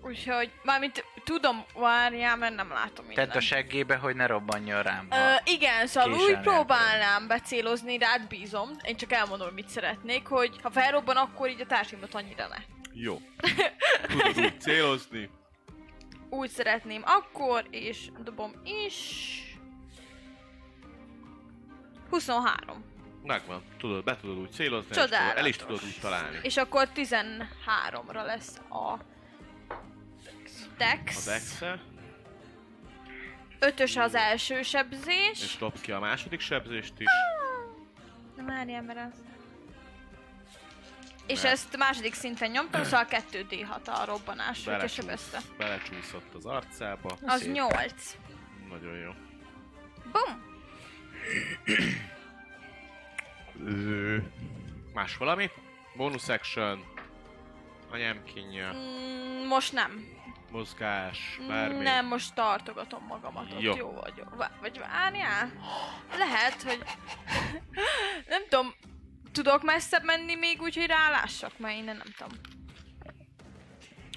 S5: Úgyhogy, mármint tudom, várjál, mert nem látom
S6: Tedd a
S5: mindent.
S6: seggébe, hogy ne robbanjon rám.
S5: Ö,
S6: Ha...
S5: igen, szóval
S6: Késsel
S5: úgy
S6: lehet.
S5: próbálnám becélozni, rád bízom. Én csak elmondom, hogy mit szeretnék, hogy ha felrobban, akkor így a társimat annyira ne.
S2: Jó. Tudod úgy célozni.
S5: Úgy szeretném akkor, és dobom is... 23.
S2: Megvan. Tudod, be tudod úgy célozni. és tudod- El is
S5: Csodálatos.
S2: tudod úgy találni.
S5: És akkor 13-ra lesz a...
S2: A
S5: Dex.
S2: dex
S5: Ötös az első
S2: és
S5: sebzés.
S2: dobd ki a második sebzést is.
S5: Na várjál, mert az... És
S2: Mert-
S5: ezt második szinten nyomtam, szóval 2D6 a robbanás, hogyha sebezte.
S2: Belecsúsz, belecsúszott az arcába.
S5: Az
S6: Szép.
S5: 8.
S2: Nagyon jó.
S5: Bum!
S2: Ö, Más valami? Bonus action. Anyám kínja,
S5: Mm, most nem.
S2: mozgás,
S5: Mm,
S2: bármi.
S5: Nem, most tartogatom magamat. Ott
S2: Jó.
S5: jó vagyok. Vá- vagy várjál? Lehet, hogy... nem tudom, tudok messzebb menni még úgy, hogy rálássak? Mert innen nem tudom.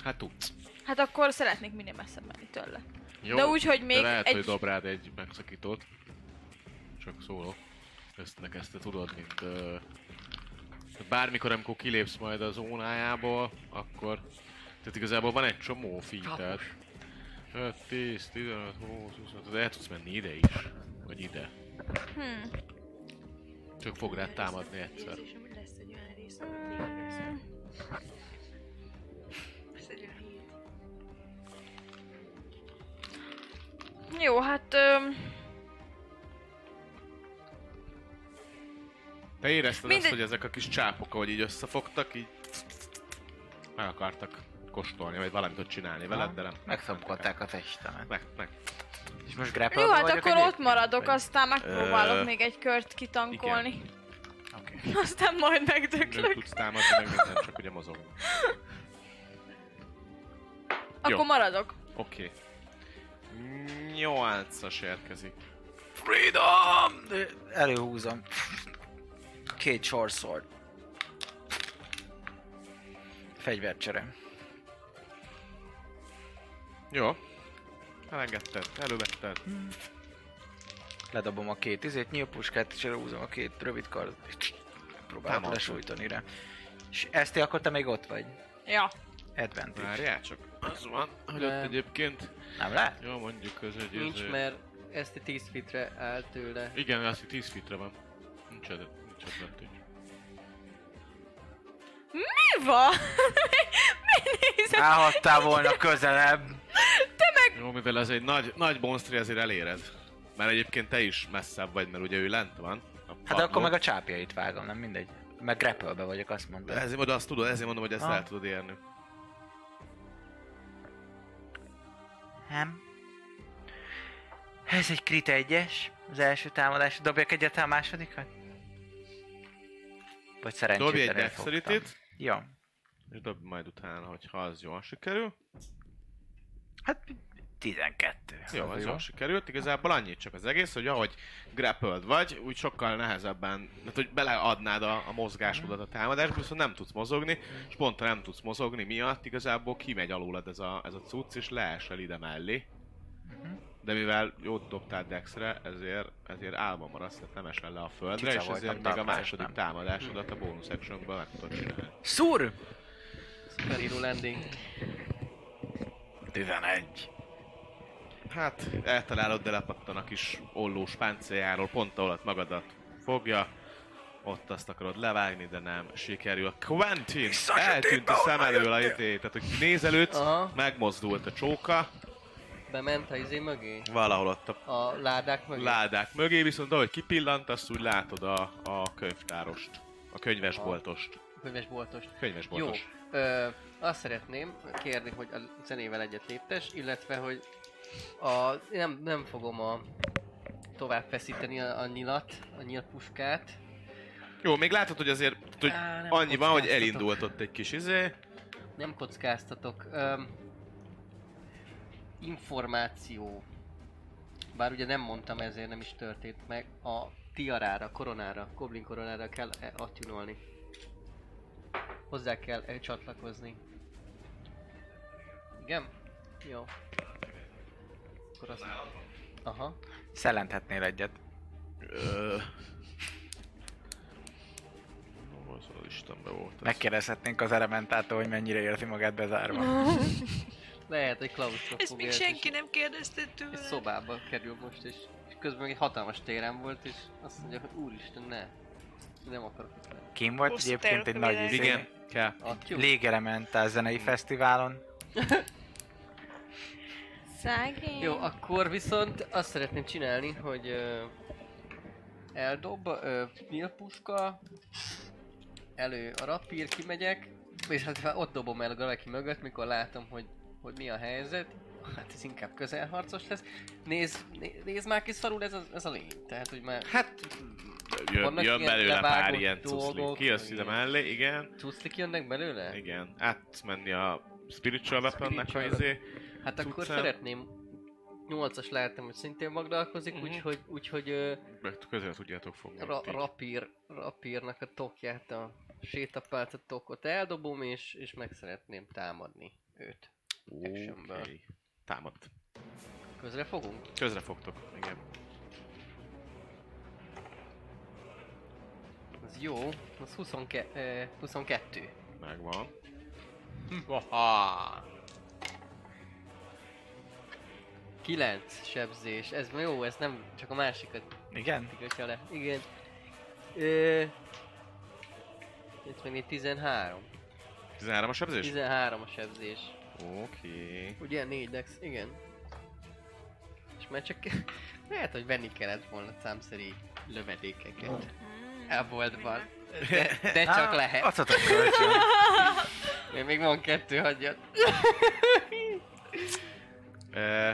S2: Hát tudsz.
S5: Hát akkor szeretnék minél messzebb menni tőle.
S2: Jó,
S5: De úgy, hogy
S2: de
S5: még
S2: lehet,
S5: egy-
S2: hogy dob rád egy megszakítót. Csak szólok. Ezt nek ezt te tudod, mint... Ö... Bármikor, amikor kilépsz majd a zónájából, akkor... Tehát igazából van egy csomó finted. 5, 10, 15, 20, 25, el tudsz menni ide is. Vagy ide.
S5: Hmm.
S2: Csak fog rád támadni egyszer.
S3: Érzésem, hogy lesz egy olyan rész, ahol tényleg lesz.
S5: Jó, hát... Öm,
S2: Te érezted Minden...
S5: Mindegy-
S2: azt, hogy ezek a kis csápok, ahogy így összefogtak, így meg akartak kóstolni, vagy valamit ott csinálni veled, de nem.
S6: Megszabkolták a testemet.
S2: Meg, meg.
S6: És most grapple
S5: jó, hát akkor ott maradok, aztán megpróbálok
S2: Ö,
S5: még egy kört kitankolni.
S6: Oké.
S5: Aztán majd
S2: Nem
S5: megdöglök.
S2: tudsz támadni, meg minden, csak ugye mozognak.
S5: Akkor maradok.
S2: Oké. Nyolcas érkezik.
S6: Freedom! Előhúzom. Két short sword. Fegyvercsere.
S2: Jó. Elengedted, elővetted.
S6: Ledobom a két izét, nyílpuskát, és előhúzom a két rövid kardot, és próbálok
S2: Támad.
S6: lesújtani rá. És ezt akkor te még ott vagy.
S5: Ja.
S6: Advantage.
S2: Várjál csak. Az van, hogy ott
S4: Nem.
S2: egyébként...
S6: Nem lát?
S2: Jó, mondjuk az egy...
S4: Nincs,
S2: ez-
S4: mert ezt a 10 fitre áll tőle.
S2: Igen, az, hogy 10 fitre van. Nincs ez, nincs advantage.
S5: Mi van? Mi nézel?
S6: Állhattál volna közelebb.
S2: Jó, mivel ez egy nagy, nagy monstri, ezért eléred. Mert egyébként te is messzebb vagy, mert ugye ő lent van. A
S6: Hát de akkor
S2: padlón.
S6: meg a csápjait vágom, nem mindegy. Meg grapple vagyok, azt mondtad.
S2: Ezért mondom, azt tudod, ezért mondom, hogy ezt
S6: Ah.
S2: el tudod érni.
S6: Nem. Ez egy krit egyes, az első támadás. Dobjak egyet a másodikat? Vagy szerencsétlenül
S2: Dobj egy
S6: fogtam.
S2: dexterity-t,
S6: Jó.
S2: és dobj majd utána, hogyha az jól sikerül.
S6: Hát 12.
S2: Jó,
S6: Az
S2: ez jól sikerült. Igazából annyit csak az egész, hogy ahogy grappled vagy, úgy sokkal nehezebben, tehát hogy beleadnád a, a mozgásodat a támadásba, viszont nem tudsz mozogni, és pont ha nem tudsz mozogni miatt, igazából kimegy alólad ez a, ez a cucc, és leesel ide mellé. De mivel jót dobtál Dexre, ezért, ezért álma maradsz, tehát nem esel le a földre, és
S6: Kicavartam
S2: ezért még a
S6: támadásban.
S2: második támadásodat a bónusz actionban meg tudod csinálni.
S6: Szúr!
S4: Superhero landing.
S6: 11.
S2: Hát, eltalálod, de lepattan a kis ollós páncéljáról, pont ahol ott magadat fogja. Ott azt akarod levágni, de nem sikerül. Quentin eltűnt a szem elől a izé, tehát hogy nézelőtt,
S4: Aha.
S2: megmozdult a csóka,
S4: Bement a izé mögé?
S2: valahol ott a
S4: A ládák mögé?
S2: ládák mögé, viszont ahogy kipillant, azt úgy látod a, a könyvtárost, a könyvesboltost.
S4: Könyvesboltos. Jó.
S2: Könyvesboltos.
S4: Ö, azt szeretném kérni, hogy a zenével egyet léptes, illetve, hogy a, nem, nem fogom a tovább feszíteni a, a nyilat, a nyilat puskát.
S2: Jó, még látod, hogy azért hogy
S4: Á, nem
S2: annyi van, hogy
S4: kockáztatok.
S2: elindult ott egy kis izé.
S4: Nem kockáztatok. Öm, információ. Bár ugye nem mondtam, ezért nem is történt meg. A tiarára, koronára, goblin koronára kell e- attunolni. Hozzá kell e- csatlakozni. Igen? Jó. Akkor az... Aha.
S6: Szellenthetnél egyet.
S2: Ö... Hol az az Istenbe volt ez?
S6: Megkérdezhetnénk az elementától, hogy mennyire érzi magát bezárva.
S4: Lehet, hogy Klaus
S3: Ezt még senki nem kérdezte
S4: Egy
S3: tőle.
S4: szobába kerül most, és, és közben meg egy hatalmas téren volt, és azt mondja, hogy úristen, ne. Nem akarok itt lenni.
S6: Kim volt
S3: Hosszú
S6: egyébként egy
S3: terror
S6: nagy
S3: világ.
S6: izé-
S2: Igen, kell.
S4: Attyú?
S6: Légerementál zenei fesztiválon.
S5: Szegény.
S4: Jó, akkor viszont azt szeretném csinálni, hogy ö, eldob, ö, nyílpuska, elő a rapír, kimegyek, és hát már ott dobom el a valaki mögött, mikor látom, hogy, hogy mi a helyzet. Hát ez inkább közelharcos lesz. Nézd, né- nézd már ki szarul, ez a, ez a lény. Tehát, hogy már
S2: Hát... Jön,
S4: Vannak
S2: jön
S4: ilyen
S2: belőle pár
S4: levágott
S2: ilyen cuszli.
S4: dolgok,
S2: Kijössz ide
S4: igen.
S2: mellé, igen.
S4: cuclik jönnek belőle?
S2: Igen. Át tudsz menni a Spiritual Weaponnek a
S4: Spiritual
S2: izé.
S4: Hát akkor
S2: Cuccám.
S4: szeretném. Nyolcas láttam, hogy szintén magdalkozik,
S2: Mhm.
S4: úgyhogy, úgyhogy ö,
S2: Meg Közel tudjátok fogni.
S4: ra,
S2: ott így.
S4: rapír, rapírnak a tokját, a sétapált a tokot eldobom, és, és meg szeretném támadni őt. actionből.
S2: Oké. Támad.
S4: Közre fogunk?
S2: Közre fogtok. Igen.
S4: Ez jó, az 22. eh, 22.
S2: Megvan.
S4: Aha. 9 sebzés, ez ma jó, ez nem csak a másikat
S6: Igen?
S4: igazja le. Igen. Ö... Itt meg még 13.
S2: 13 a sebzés?
S4: 13 a sebzés.
S2: Oké.
S4: Ugye 4 dex, igen. És mert csak lehet, hogy venni kellett volna számszerű lövedékeket. A boltban. De, de
S6: Hát,
S4: csak lehet.
S6: Adhatok kölcsön.
S4: Még, még van kettő, hagyjad.
S2: Ö,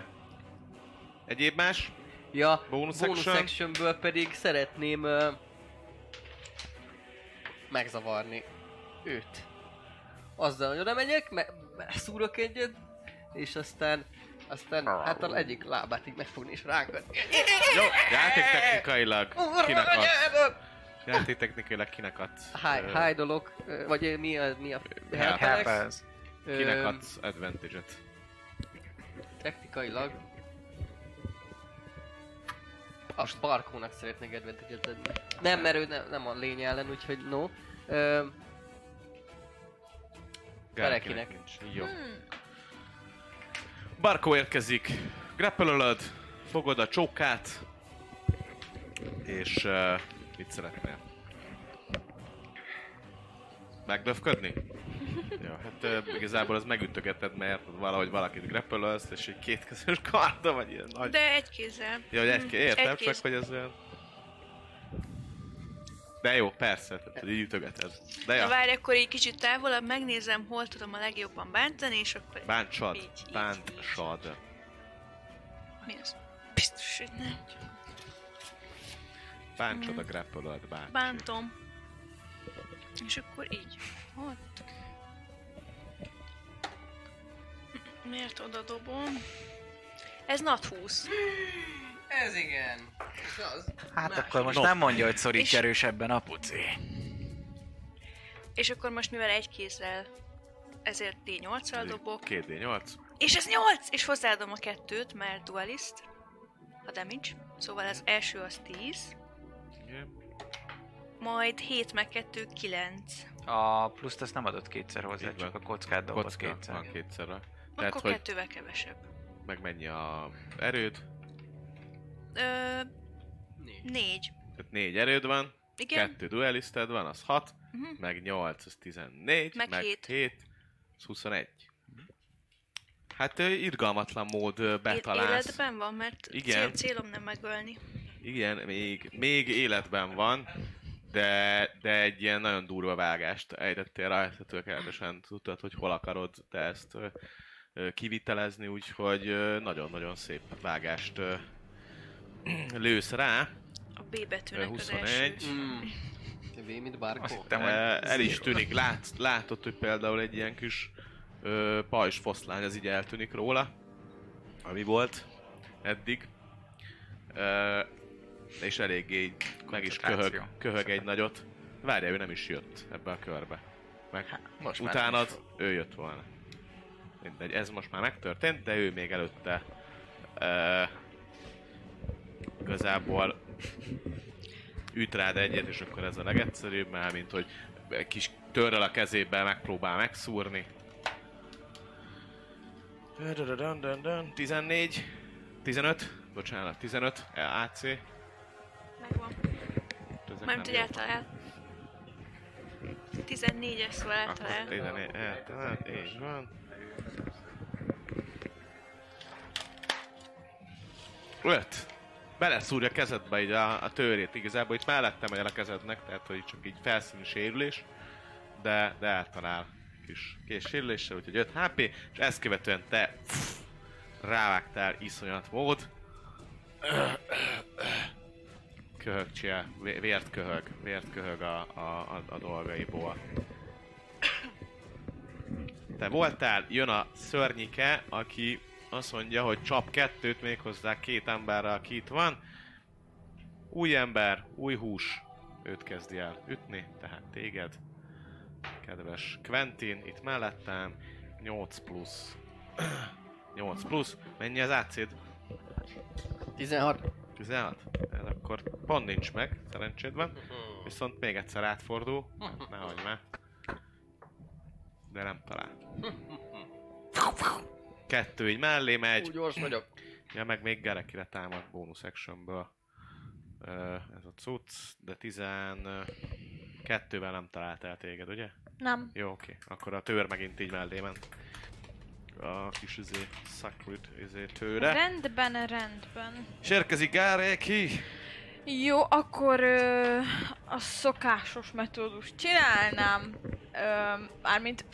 S2: Egyéb más?
S4: Ja,
S2: Bonus
S4: bonus,
S2: action.
S4: actionből pedig szeretném ö, megzavarni őt. Azzal, hogy oda megyek, me- me- szúrok egyet, és aztán aztán hát az egyik lábát így megfogni és rángatni.
S2: Jó, játéktechnikailag kinek adsz?
S4: Urra,
S2: Játéktechnikailag kinek adsz? Ö,
S4: Hájdolok, ö, vagy ö, mi a... Mi a
S6: Hát,
S2: Help.
S4: helpex?
S6: Helpelsz.
S4: Ö,
S2: Kinek adsz advantage-et?
S4: Technikailag... A Barkónak szeretnék advantage adni. Nem, mert ő nem, nem a lény ellen, úgyhogy no. Ö, Belekinek.
S2: nincs. Jó.
S3: Hmm.
S2: Barkó érkezik. Grappelölöd, fogod a csókát, és uh, mit szeretnél? Megdöfködni? ja, hát uh, igazából ez megütögeted, mert valahogy valakit grappelölsz, és egy kétközös karda, vagy ilyen nagy...
S3: De egy kézzel.
S2: Ja, hogy egy,
S3: Mm,
S2: értem,
S3: egy
S2: csak
S3: kéz.
S2: hogy ez olyan... De jó, persze, tehát így ütögeted. De
S3: Na
S2: ja,
S3: várj, akkor így kicsit távolabb megnézem, hol tudom a legjobban bántani, és akkor...
S2: bántsad,
S3: Így, így, így.
S2: bántsad.
S3: Mi az? Biztos, hogy nem.
S2: Bántsad a grappelöd, bántsad.
S3: Bántom. És akkor így. Ott. Miért oda dobom? Ez nat 20.
S4: Ez igen. És az.
S6: Hát akkor most
S2: No.
S6: nem mondja, hogy szorít
S3: És-
S6: erősebben a puci.
S3: És akkor most mivel egy kézzel ezért D8-al dobok.
S2: 2D8.
S3: És ez 8! És hozzáadom a kettőt, mert dualist. A damage. Szóval az első az 10.
S2: Igen.
S3: Majd 7 meg 2, 9.
S6: A pluszt azt nem adott kétszer hozzá,
S2: Így van.
S6: csak a kockát dobott
S2: Kocka,
S6: kétszer.
S2: van kétszer. a- Tehát,
S3: Akkor
S2: hogy
S3: kettővel kevesebb.
S2: meg mennyi a erőd.
S3: Ö,
S4: Négy.
S3: 4.
S2: Tehát négy erőd van,
S3: Igen?
S2: kettő duelisted van, az 6,
S3: Mhm.
S2: meg 8, az 14,
S3: Meg hét.
S2: 7, az 21. Hát ö, irgalmatlan mód ö,
S3: É-
S2: betalálsz.
S3: Életben van, mert
S2: Igen.
S3: Igen. célom nem megölni.
S2: Igen, még, még életben van, de, de egy ilyen nagyon durva vágást ejtettél rá, tehát tökéletesen tudtad, hogy hol akarod te ezt ö, ö, kivitelezni, úgyhogy ö, nagyon-nagyon szép vágást ö, lősz rá.
S3: A B betűnek az
S2: 21.
S3: első.
S4: Mm. Vé, mint
S6: Azt
S4: Barkó.
S6: hittem,
S2: Ö,
S6: hogy
S2: El is tűnik, lát, látod, hogy például egy ilyen kis ö, pajzs foszlány, az így eltűnik róla, ami volt eddig. Ö, és eléggé így meg is köhög,
S6: Koncentráció.
S2: köhög egy nagyot. Várjál, ő nem is jött ebbe a körbe. Meg
S6: Hát, most már nem
S2: utánad
S6: is
S2: ő jött volna. Mindegy, ez most már megtörtént, de ő még előtte ö, igazából üt rád egyet, és akkor ez a legegyszerűbb, mert mint hogy egy kis törrel a kezébe megpróbál megszúrni. 14, 15, bocsánat, 15, AC. Ezek
S3: Megvan.
S2: nem
S3: Mármint, hogy
S2: jók.
S3: eltalál. 14-es, szóval
S2: Hát, Akkor
S3: eltalál.
S2: 14, eltalált, hát, így van. Öt. Beleszúrja kezedbe így a, a tőrét igazából, itt mellettem megy el a kezednek, tehát hogy csak így felszínű sérülés, de, de eltalál kis, kis sérüléssel, úgyhogy 5 HP, és ezt követően te pff, rávágtál iszonyat mód. Köhög csinál, vé- vért köhög, vért köhög a, a, a, a dolgaiból. Te voltál, jön a szörnyike, aki azt mondja, hogy csap kettőt méghozzá két emberrel, aki itt van. Új ember, új hús. Őt kezdi el ütni, tehát téged. Kedves Quentin, itt mellettem. 8 plusz. 8 plusz. Mennyi az ac
S4: 16.
S2: 16? Ez akkor pont nincs meg, szerencséd van. Viszont még egyszer átfordul. Hát Nehogy már. De nem talál. Kettő így mellé
S4: Úgy
S2: megy.
S4: gyors vagyok.
S2: Ja, meg még Gerekire támad bónusz actionből. Ö, Ez a cucc, de 12-vel nem talált el téged, ugye?
S5: Nem.
S2: Jó, oké. Akkor a tőr megint így mellé ment. a kis izé, szakrűt izé tőle.
S5: Rendben, rendben.
S2: És érkezik Gáreki.
S5: Jó, akkor ö, a szokásos metódust csinálnám. Ö, mármint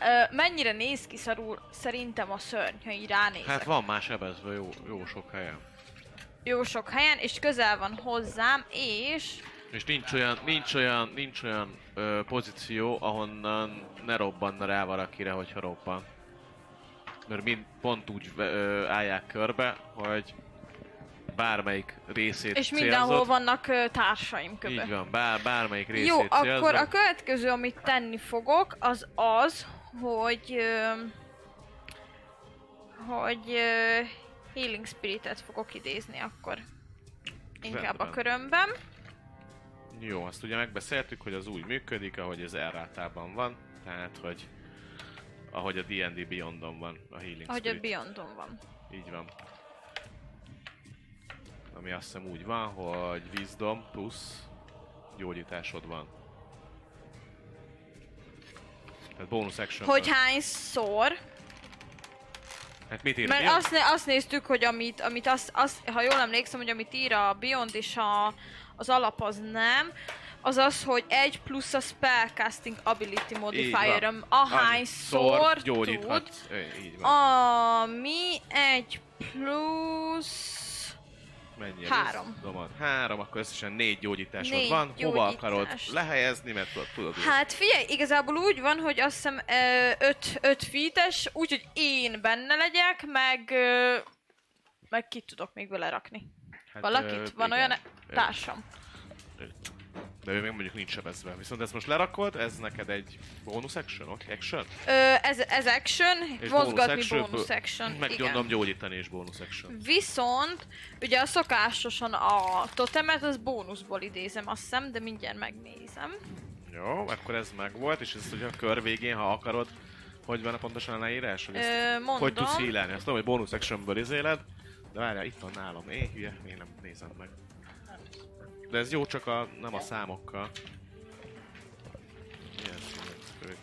S5: ö, mennyire néz ki szarul szerintem a szörny, ha így ránézek.
S2: Hát van más ebezve jó, jó sok helyen.
S5: Jó sok helyen, és közel van hozzám, és...
S2: És nincs olyan, nincs olyan, nincs olyan ö, pozíció, ahonnan ne robbanna rá valakire, hogyha robban. Mert mind pont úgy ve- ö, állják körbe, hogy bármelyik részét
S5: És
S2: célzott.
S5: mindenhol vannak ö, társaim köbben.
S2: Így van, bár, bármelyik részét
S5: Jó, akkor
S2: célzott.
S5: a következő, amit tenni fogok, az az, hogy... Ö, hogy ö, Healing Spirit-et fogok idézni akkor. Inkább
S2: Rendben.
S5: a körömben.
S2: Jó, azt ugye megbeszéltük, hogy az úgy működik, ahogy ez elrátában van. Tehát, hogy ahogy a D&D Beyondon van a Healing
S5: Ahogy a
S2: Spirit.
S5: Beyondon van.
S2: Így van. Ami azt hiszem úgy van, hogy Wisdom plusz gyógyításod van. Tehát bónusz action.
S5: Hogy hányszor?
S2: Hát mit ír?
S5: Mert
S2: Beyond?
S5: azt, né- azt néztük, hogy amit, amit azt, azt, ha jól emlékszem, hogy amit ír a Beyond és a, az alap az nem, az az, hogy egy plusz a Spellcasting Ability
S2: Így van.
S5: Modifier-öm, ahányszor tud,
S2: gyógyíthatsz. hát, Ö, Így van.
S5: ami egy plusz...
S2: Mennyi
S5: Három.
S2: Domad. Három, akkor összesen négy gyógyításod
S5: Négy
S2: van. Hova
S5: gyógyítást.
S2: akarod lehelyezni, mert tudod, tudod hogy-
S5: Hát figyelj, igazából úgy van, hogy azt hiszem 5 feet-es, úgyhogy én benne legyek, meg, ö, meg ki tudok még vele rakni.
S2: hát,
S5: Valakit?
S2: ö,
S5: Van
S2: igen.
S5: olyan
S2: Ö,
S5: társam?
S2: De ő még mondjuk nincs sebezve. Viszont ezt most lerakod, ez neked egy bonus action, oké? Action?
S5: Ö, ez, ez action,
S2: És
S5: mozgatni
S2: bonus action,
S5: bonus action,
S2: Meg
S5: igen.
S2: gondolom gyógyítani és bonus action.
S5: Viszont, ugye a szokásosan a totemet, az bónuszból idézem, azt hiszem, de mindjárt megnézem.
S2: Jó, akkor ez megvolt, és ez ugye a kör végén, ha akarod, hogy van a pontosan a leírás? Hogy, ezt,
S5: Ö,
S2: hogy
S5: mondom,
S2: tudsz hílelni? Azt tudom, hogy bonus actionből izéled, de várjál, itt van nálam. Én hülye, én nem nézem meg. De ez jó, csak a, nem a számokkal. Mi ez? Öt.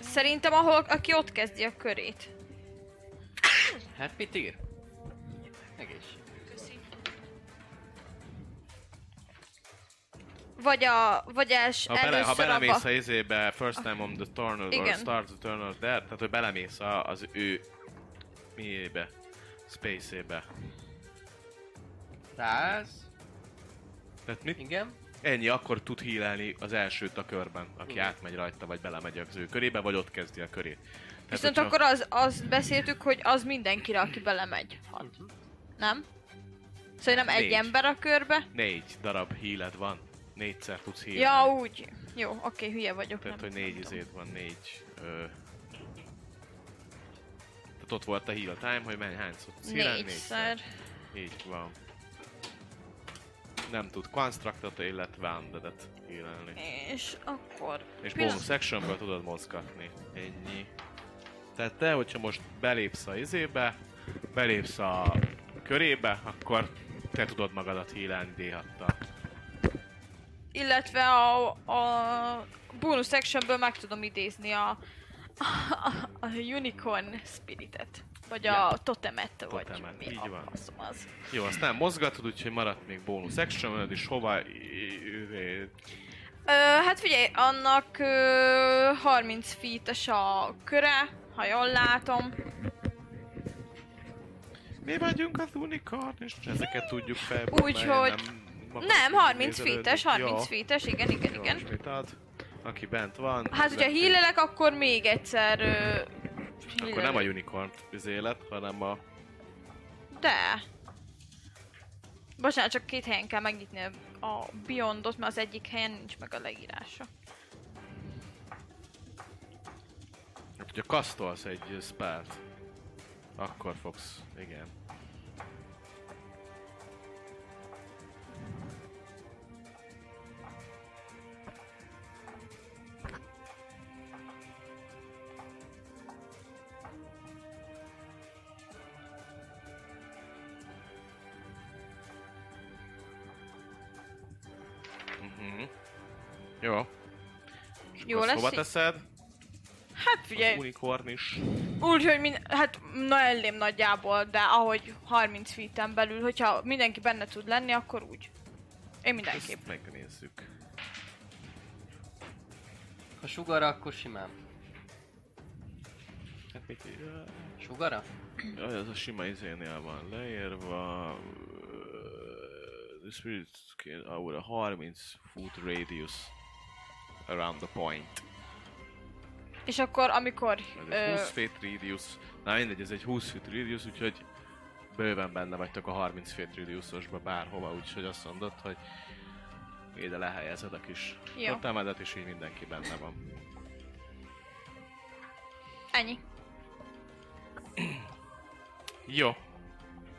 S5: szerintem ahol, aki ott kezdi a körét.
S4: Hát mit ír? Egész.
S3: Köszi.
S5: Vagy a, vagy els,
S2: Ha, bele, ha
S5: először
S2: belemész
S5: abba.
S2: a izébe, first time on the turn or
S5: Igen.
S2: start the turn or there, tehát hogy belemész a, az ő miébe, space-ébe.
S4: Száz.
S2: Tehát mit,
S4: Igen.
S2: Ennyi, akkor tud hílelni az elsőt a körben, aki
S4: Igen.
S2: átmegy rajta, vagy belemegy az ő körébe, vagy ott kezdi a körét. Tehát,
S5: Viszont
S2: hogyha-
S5: akkor az, azt beszéltük, hogy az mindenkire, aki belemegy. Hat. Nem? Szerintem egy
S2: Négy.
S5: ember a körbe.
S2: Négy darab híled van. Négyszer tudsz hílelni.
S5: Ja, úgy. Jó, oké, hülye vagyok.
S2: Tehát,
S5: nem-
S2: hogy négy izé.
S5: nem tudom.
S2: izéd van, négy... Ö... Tehát ott volt a heal time, hogy menj hányszor tudsz hílelni?
S5: Négyszer.
S2: Így van. Nem tud constructot, illetve undeadet hílelni.
S5: És akkor...
S2: És
S5: Pillan-
S2: bonus actionből tudod mozgatni. Ennyi. Tehát te, hogyha most belépsz a izébe, belépsz a körébe, akkor te tudod magadat hílelni d
S5: Illetve a, a bonus actionből meg tudom idézni a, a, a unicorn spiritet. Vagy a
S2: Ja.
S5: totemet, vagy
S2: Totemet,
S5: mi
S2: így
S5: a
S2: van.
S5: faszom az.
S2: Jó, azt nem mozgatod, úgyhogy maradt még bonus actionöd, és hova... izé-
S5: Ö, hát figyelj, annak ö, 30 feet a köre, ha jól látom.
S2: Mi vagyunk az unicorn, és ezeket tudjuk fel.
S5: Úgyhogy- Nem, 30 feet 30
S2: feet.
S5: feet igen, igen,
S2: Jó,
S5: igen.
S2: ismét ad. Aki bent van.
S5: Hát, hogyha
S2: neki-
S5: hílelek, akkor még egyszer... Ö,
S2: Akkor
S5: hílelek.
S2: nem a unicorn izélet, hanem a...
S5: De. Bocsánat, csak két helyen kell megnyitni a- a Beyondot, mert az egyik helyen nincs meg a leírása.
S2: Hát, Hogyha kasztolsz egy ö, spellt, akkor fogsz, igen. Mhm. Jó. És
S5: Jó
S2: akkor azt
S5: lesz
S2: Hova
S5: így?
S2: Mhm. teszed?
S5: Hát figyelj.
S2: Az unicorn is.
S5: Úgyhogy, min- hát na ellém nagyjából, de ahogy 30 feet belül, hogyha mindenki benne tud lenni, akkor úgy. Én mindenképp.
S2: Ezt megnézzük.
S4: Ha sugara, akkor simán.
S2: Hát mit
S4: Sugara?
S2: Jaj, ez a sima izénél van leírva. The spirit can aura 30 foot radius around the point.
S5: És akkor, amikor...
S2: Ez egy
S5: Ö,
S2: 20 feet radius. Na mindegy, ez egy 20 feet radius, úgyhogy bőven benne vagytok a 30 feet radiusosba bárhova, úgyhogy azt mondod, hogy ide lehelyezed a kis
S5: Jó.
S2: totemedet, és így mindenki benne van.
S5: ennyi.
S2: Jó.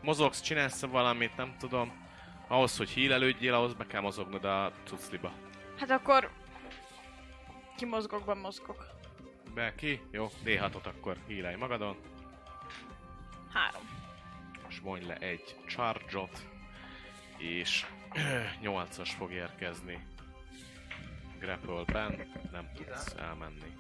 S2: Mozogsz, csinálsz valamit, nem tudom. Ahhoz, hogy hílelődjél, ahhoz be kell mozognod a cucliba.
S5: Hát akkor... Kimozgok, bemozgok.
S2: Be ki, jó, D6-ot akkor hílelj magadon,
S5: Három.
S2: most mondj le egy charge-ot, és 8-as fog érkezni. Grapple-ben, nem tudsz elmenni.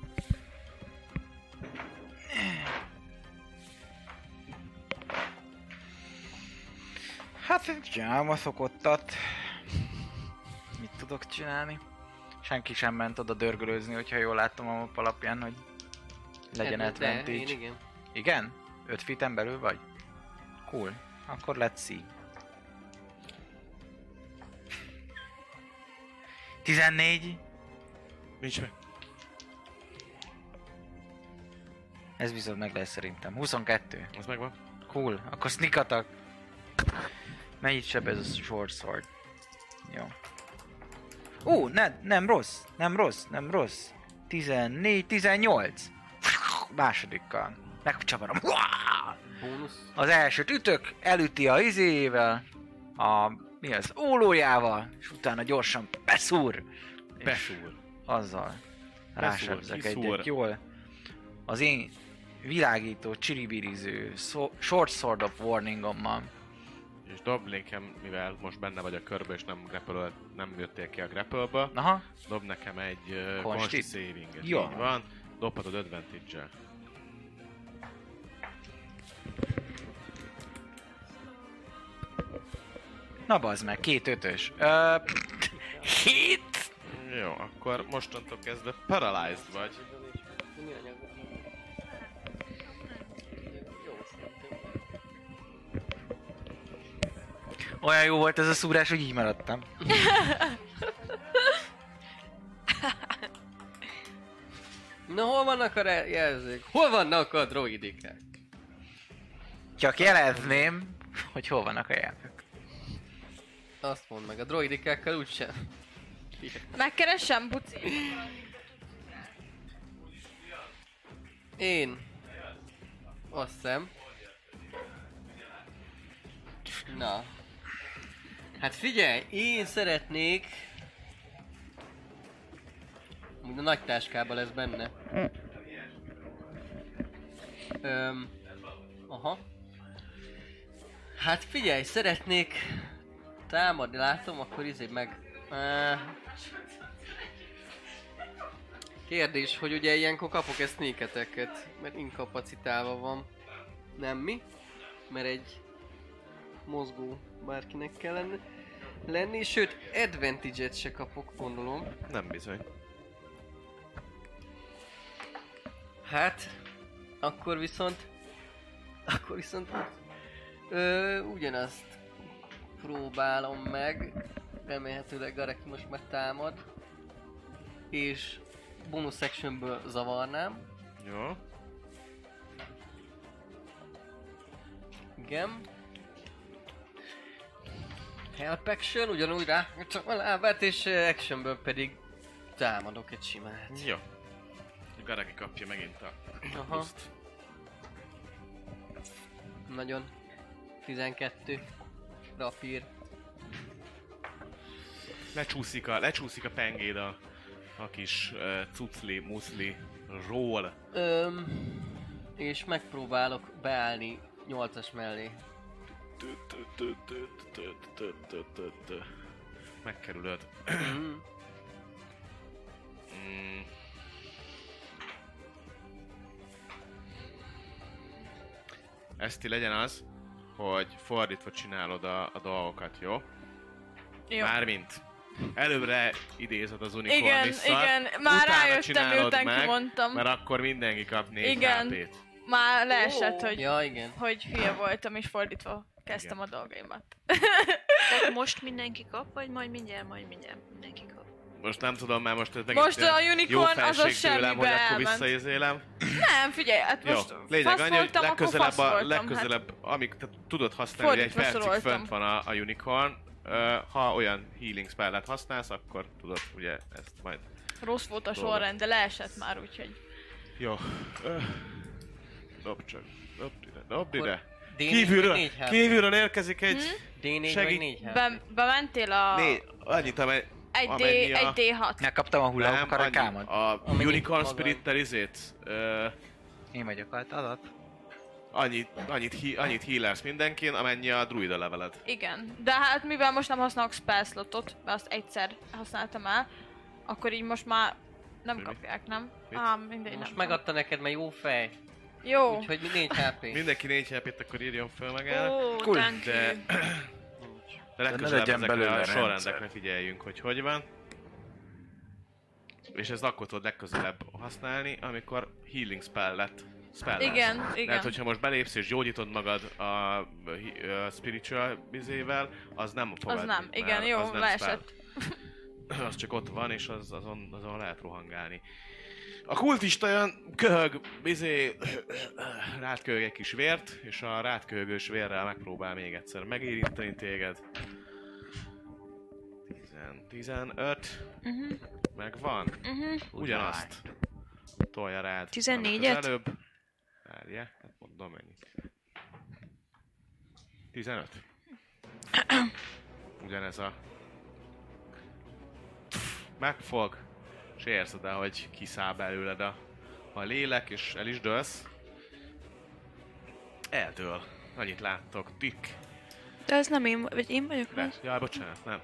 S6: Hát én csinálom a szokottat. Mit tudok csinálni? Senki sem ment oda dörgölőzni, hogyha jól láttam a map alapján, hogy legyen
S4: Hát, de
S6: advantage.
S4: Én
S6: Igen?
S4: igen.
S6: igen? 5 feet belül vagy? Cool. Akkor let's see. 14.
S2: Nincs meg.
S6: Ez bizony meg lesz szerintem. 22.
S2: Ez megvan.
S6: Cool. Akkor sneak attack. Mennyit seb ez a short sword? Jó. Ú, ne, nem rossz, nem rossz, nem rossz. 14, 18. Másodikkal. Megcsavarom. Uááá!
S4: Bónusz.
S6: Az elsőt ütök, elüti a izéjével, a, mi az, ólójával, és utána gyorsan beszúr. És
S2: Besúr.
S6: azzal rásebzek
S2: kiszúr.
S6: egyet jól. Az én világító, csiribiriző, szó- short sword of warningommal.
S2: És dob nekem, mivel most benne vagy a körbe, és nem, grapple, nem jöttél ki a grapple
S6: Aha,
S2: dob nekem egy uh,
S6: Konstit?
S2: consti saving
S6: Jó.
S2: Így van, dobhatod advantage-el.
S6: na bazd meg, két ötös. Ö, hit!
S2: Jó, akkor mostantól kezdve paralyzed vagy.
S4: Mi anyag? Jó, szerintem.
S6: Olyan jó volt ez a szúrás, hogy így maradtam.
S4: Na hol vannak a re- jelzők? Hol vannak a droidikák?
S6: Csak jelezném, hogy hol vannak a jelvek.
S4: Azt mondd meg, a droidikákkal úgysem.
S5: Megkeresem, buci.
S4: Én. Azt hiszem. Na. Hát figyelj, én szeretnék... Mind a nagy táskában lesz benne. Öm, aha. Hát figyelj, szeretnék támadni, látom, akkor izé meg... Á. Kérdés, hogy ugye ilyenkor kapok-e sneaketeket, mert inkapacitálva van. Nem mi? Mert egy mozgó bárkinek kell lenni. lenni sőt, advantage-et se kapok, gondolom.
S2: Nem bizony.
S4: Hát, akkor viszont... Akkor viszont... Ö, ugyanazt próbálom meg. Remélhetőleg Garek most már támad. És bonus actionből zavarnám.
S2: Jó.
S4: Igen. Help action, ugyanúgy rá, csak a lábát, és ö, actionből pedig támadok egy simát.
S2: Jó. Garagi kapja megint a
S4: Aha,
S2: pluszt.
S4: nagyon. 12. Rapír.
S2: Lecsúszik a, lecsúszik a pengéd a, a kis uh, cucli, muszli ról.
S4: Öm, és megpróbálok beállni 8-as mellé.
S2: Megkerülöd. Mm. Eszti legyen az, hogy fordítva csinálod a, a dolgokat, jó?
S5: Jó.
S2: Mármint. Előbbre idézed az unicorn
S5: Igen,
S2: visszat,
S5: igen, már
S2: utána
S5: rájöttem,
S2: csinálod
S5: miután
S2: meg,
S5: kimondtam.
S2: Mert akkor mindenki kap négy
S5: Igen.
S2: HP-t.
S5: Már leesett, hogy,
S4: Ja, igen.
S5: hogy hülye voltam, és fordítva kezdtem a dolgaimat.
S3: Tehát most mindenki kap, vagy majd mindjárt, majd mindjárt mindenki kap.
S2: Most nem tudom, mert most ez megint
S5: Most
S2: ilyen
S5: a
S2: jó
S5: unicorn az az
S2: felség tőlem,
S5: semmibe
S2: hogy akkor
S5: elment.
S2: visszaizélem.
S5: Nem, figyelj, hát
S2: Jó,
S5: most
S2: lényeg
S5: fasz
S2: annyi, hogy
S5: voltam, akkor
S2: legközelebb,
S5: fasz
S2: a,
S5: voltam, Hát
S2: legközelebb amíg te tudod használni, hogy egy
S5: Fordítva
S2: percig
S5: soroltam.
S2: fönt van a, a unicorn, ö, ha olyan healing spellet használsz, akkor tudod ugye ezt majd.
S5: Hát rossz volt a
S2: Dolgok.
S5: sorrend, de leesett már, úgyhogy...
S2: Jó. Ö, Dob csak, dobd ide, dobd
S4: Akkor
S2: ide.
S4: D4 vagy
S2: Kívülről,
S4: négy HP?
S2: kívülről érkezik egy...
S5: Mhm.
S4: D4
S2: Segít.
S4: vagy 4 hát.
S5: Be, bementél a...
S2: Négy, annyit, amely...
S5: Egy, D,
S2: amennyi a-
S5: egy D6.
S6: Megkaptam a
S2: Nem,
S6: hula
S2: annyi.
S6: karakámat?
S2: A
S4: Amennyi
S2: Unicorn
S4: maga.
S2: Spirit-tel izét, ö,
S6: Én vagyok az adat.
S2: annyit, annyit, hi- annyit healersz mindenkin, amennyi a druida leveled.
S5: Igen. De hát mivel most nem használok spell slotot, mert azt egyszer használtam el, akkor így most már nem
S2: Mi?
S5: kapják, nem?
S2: Mit?
S5: Á, mindegy, nem
S4: Most
S5: tudom.
S4: megadta neked, mert jó fej.
S5: Jó.
S4: Úgyhogy 4 HP.
S2: Mindenki négy HP-t akkor írjon föl magának.
S3: Ó,
S6: Cool.
S3: thank
S2: De,
S3: you.
S2: de
S6: ne
S2: legközelebb
S6: legyen
S2: ezekre
S6: belőle
S2: a
S6: rendszer.
S2: sorrendekre figyeljünk, hogy hogy van. És ezt akkor tudod legközelebb használni, amikor healing spell lett. Spell
S5: Igen, igen.
S2: Tehát, hogyha most belépsz és gyógyítod magad a, a, a spiritual bizével, az nem fog
S5: Az
S2: adni,
S5: nem.
S2: mert
S5: Igen, jó,
S2: az nem
S5: leesett.
S2: spell. Az csak ott van, és az, azon, azon lehet rohangálni. A kultista olyan köhög, izé, rád köhög egy kis vért, és a rád köhögős vérrel megpróbál még egyszer megérinteni téged. 10, 15,
S3: Uh-huh,
S2: megvan.
S3: uh-huh.
S2: Ugyanazt tolja rád.
S3: 14-et?
S2: amit az Előbb. Várja, hát mondom ennyit. 15. Ugyanez a... Megfog, és érzed el, hogy kiszáll belőled a, a lélek, és el is dőlsz. Eldől. Annyit láttok. Tik.
S3: De az nem én, vagy én vagyok
S2: Le.
S3: az?
S2: Jaj, bocsánat, nem.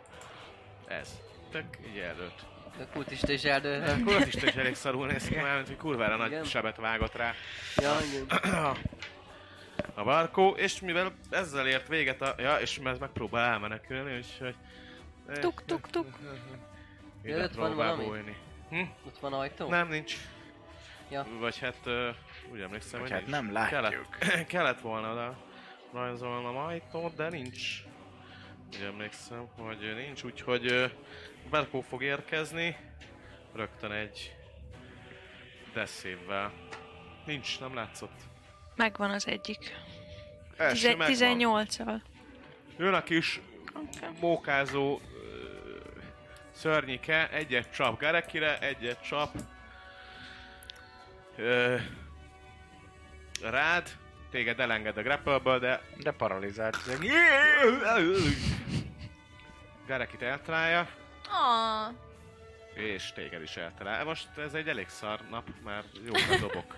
S2: Ez. Tök így eldőlt.
S4: A kultista is eldől.
S2: Kurva is is elég szarul néz ki már, mint hogy kurvára
S4: Igen.
S2: nagy sebet vágott rá
S4: Ja, igen.
S2: a barkó, és mivel ezzel ért véget a... Ja, és mert megpróbál elmenekülni, úgyhogy... Eh,
S3: Tuk, tuk, tuk.
S2: Ide
S4: Jött van
S2: próbál
S4: valami?
S2: bújni.
S4: Ott van ajtó?
S2: Nem, nincs.
S4: Ja.
S2: Vagy hát, ö, úgy emlékszem,
S6: Vagy
S2: hogy
S6: hát
S2: nincs.
S6: nem látjuk.
S2: Kellett, kellett volna oda rajzolnom ajtót, de nincs. Úgy emlékszem, hogy nincs, úgyhogy ö, Berkó fog érkezni. Rögtön egy deszévvel. Nincs, nem látszott.
S3: Megvan az egyik.
S2: Első
S3: Tize-
S2: megvan.
S3: 18-al.
S2: Jön a kis mókázó ö, szörnyike, egyet csap Garekire, egyet csap ö, rád, téged elenged a grapple de
S6: De paralizált.
S2: Garekit eltalálja,
S5: Ah,
S2: és téged is eltalál. Most ez egy elég szar nap, már jókat dobok.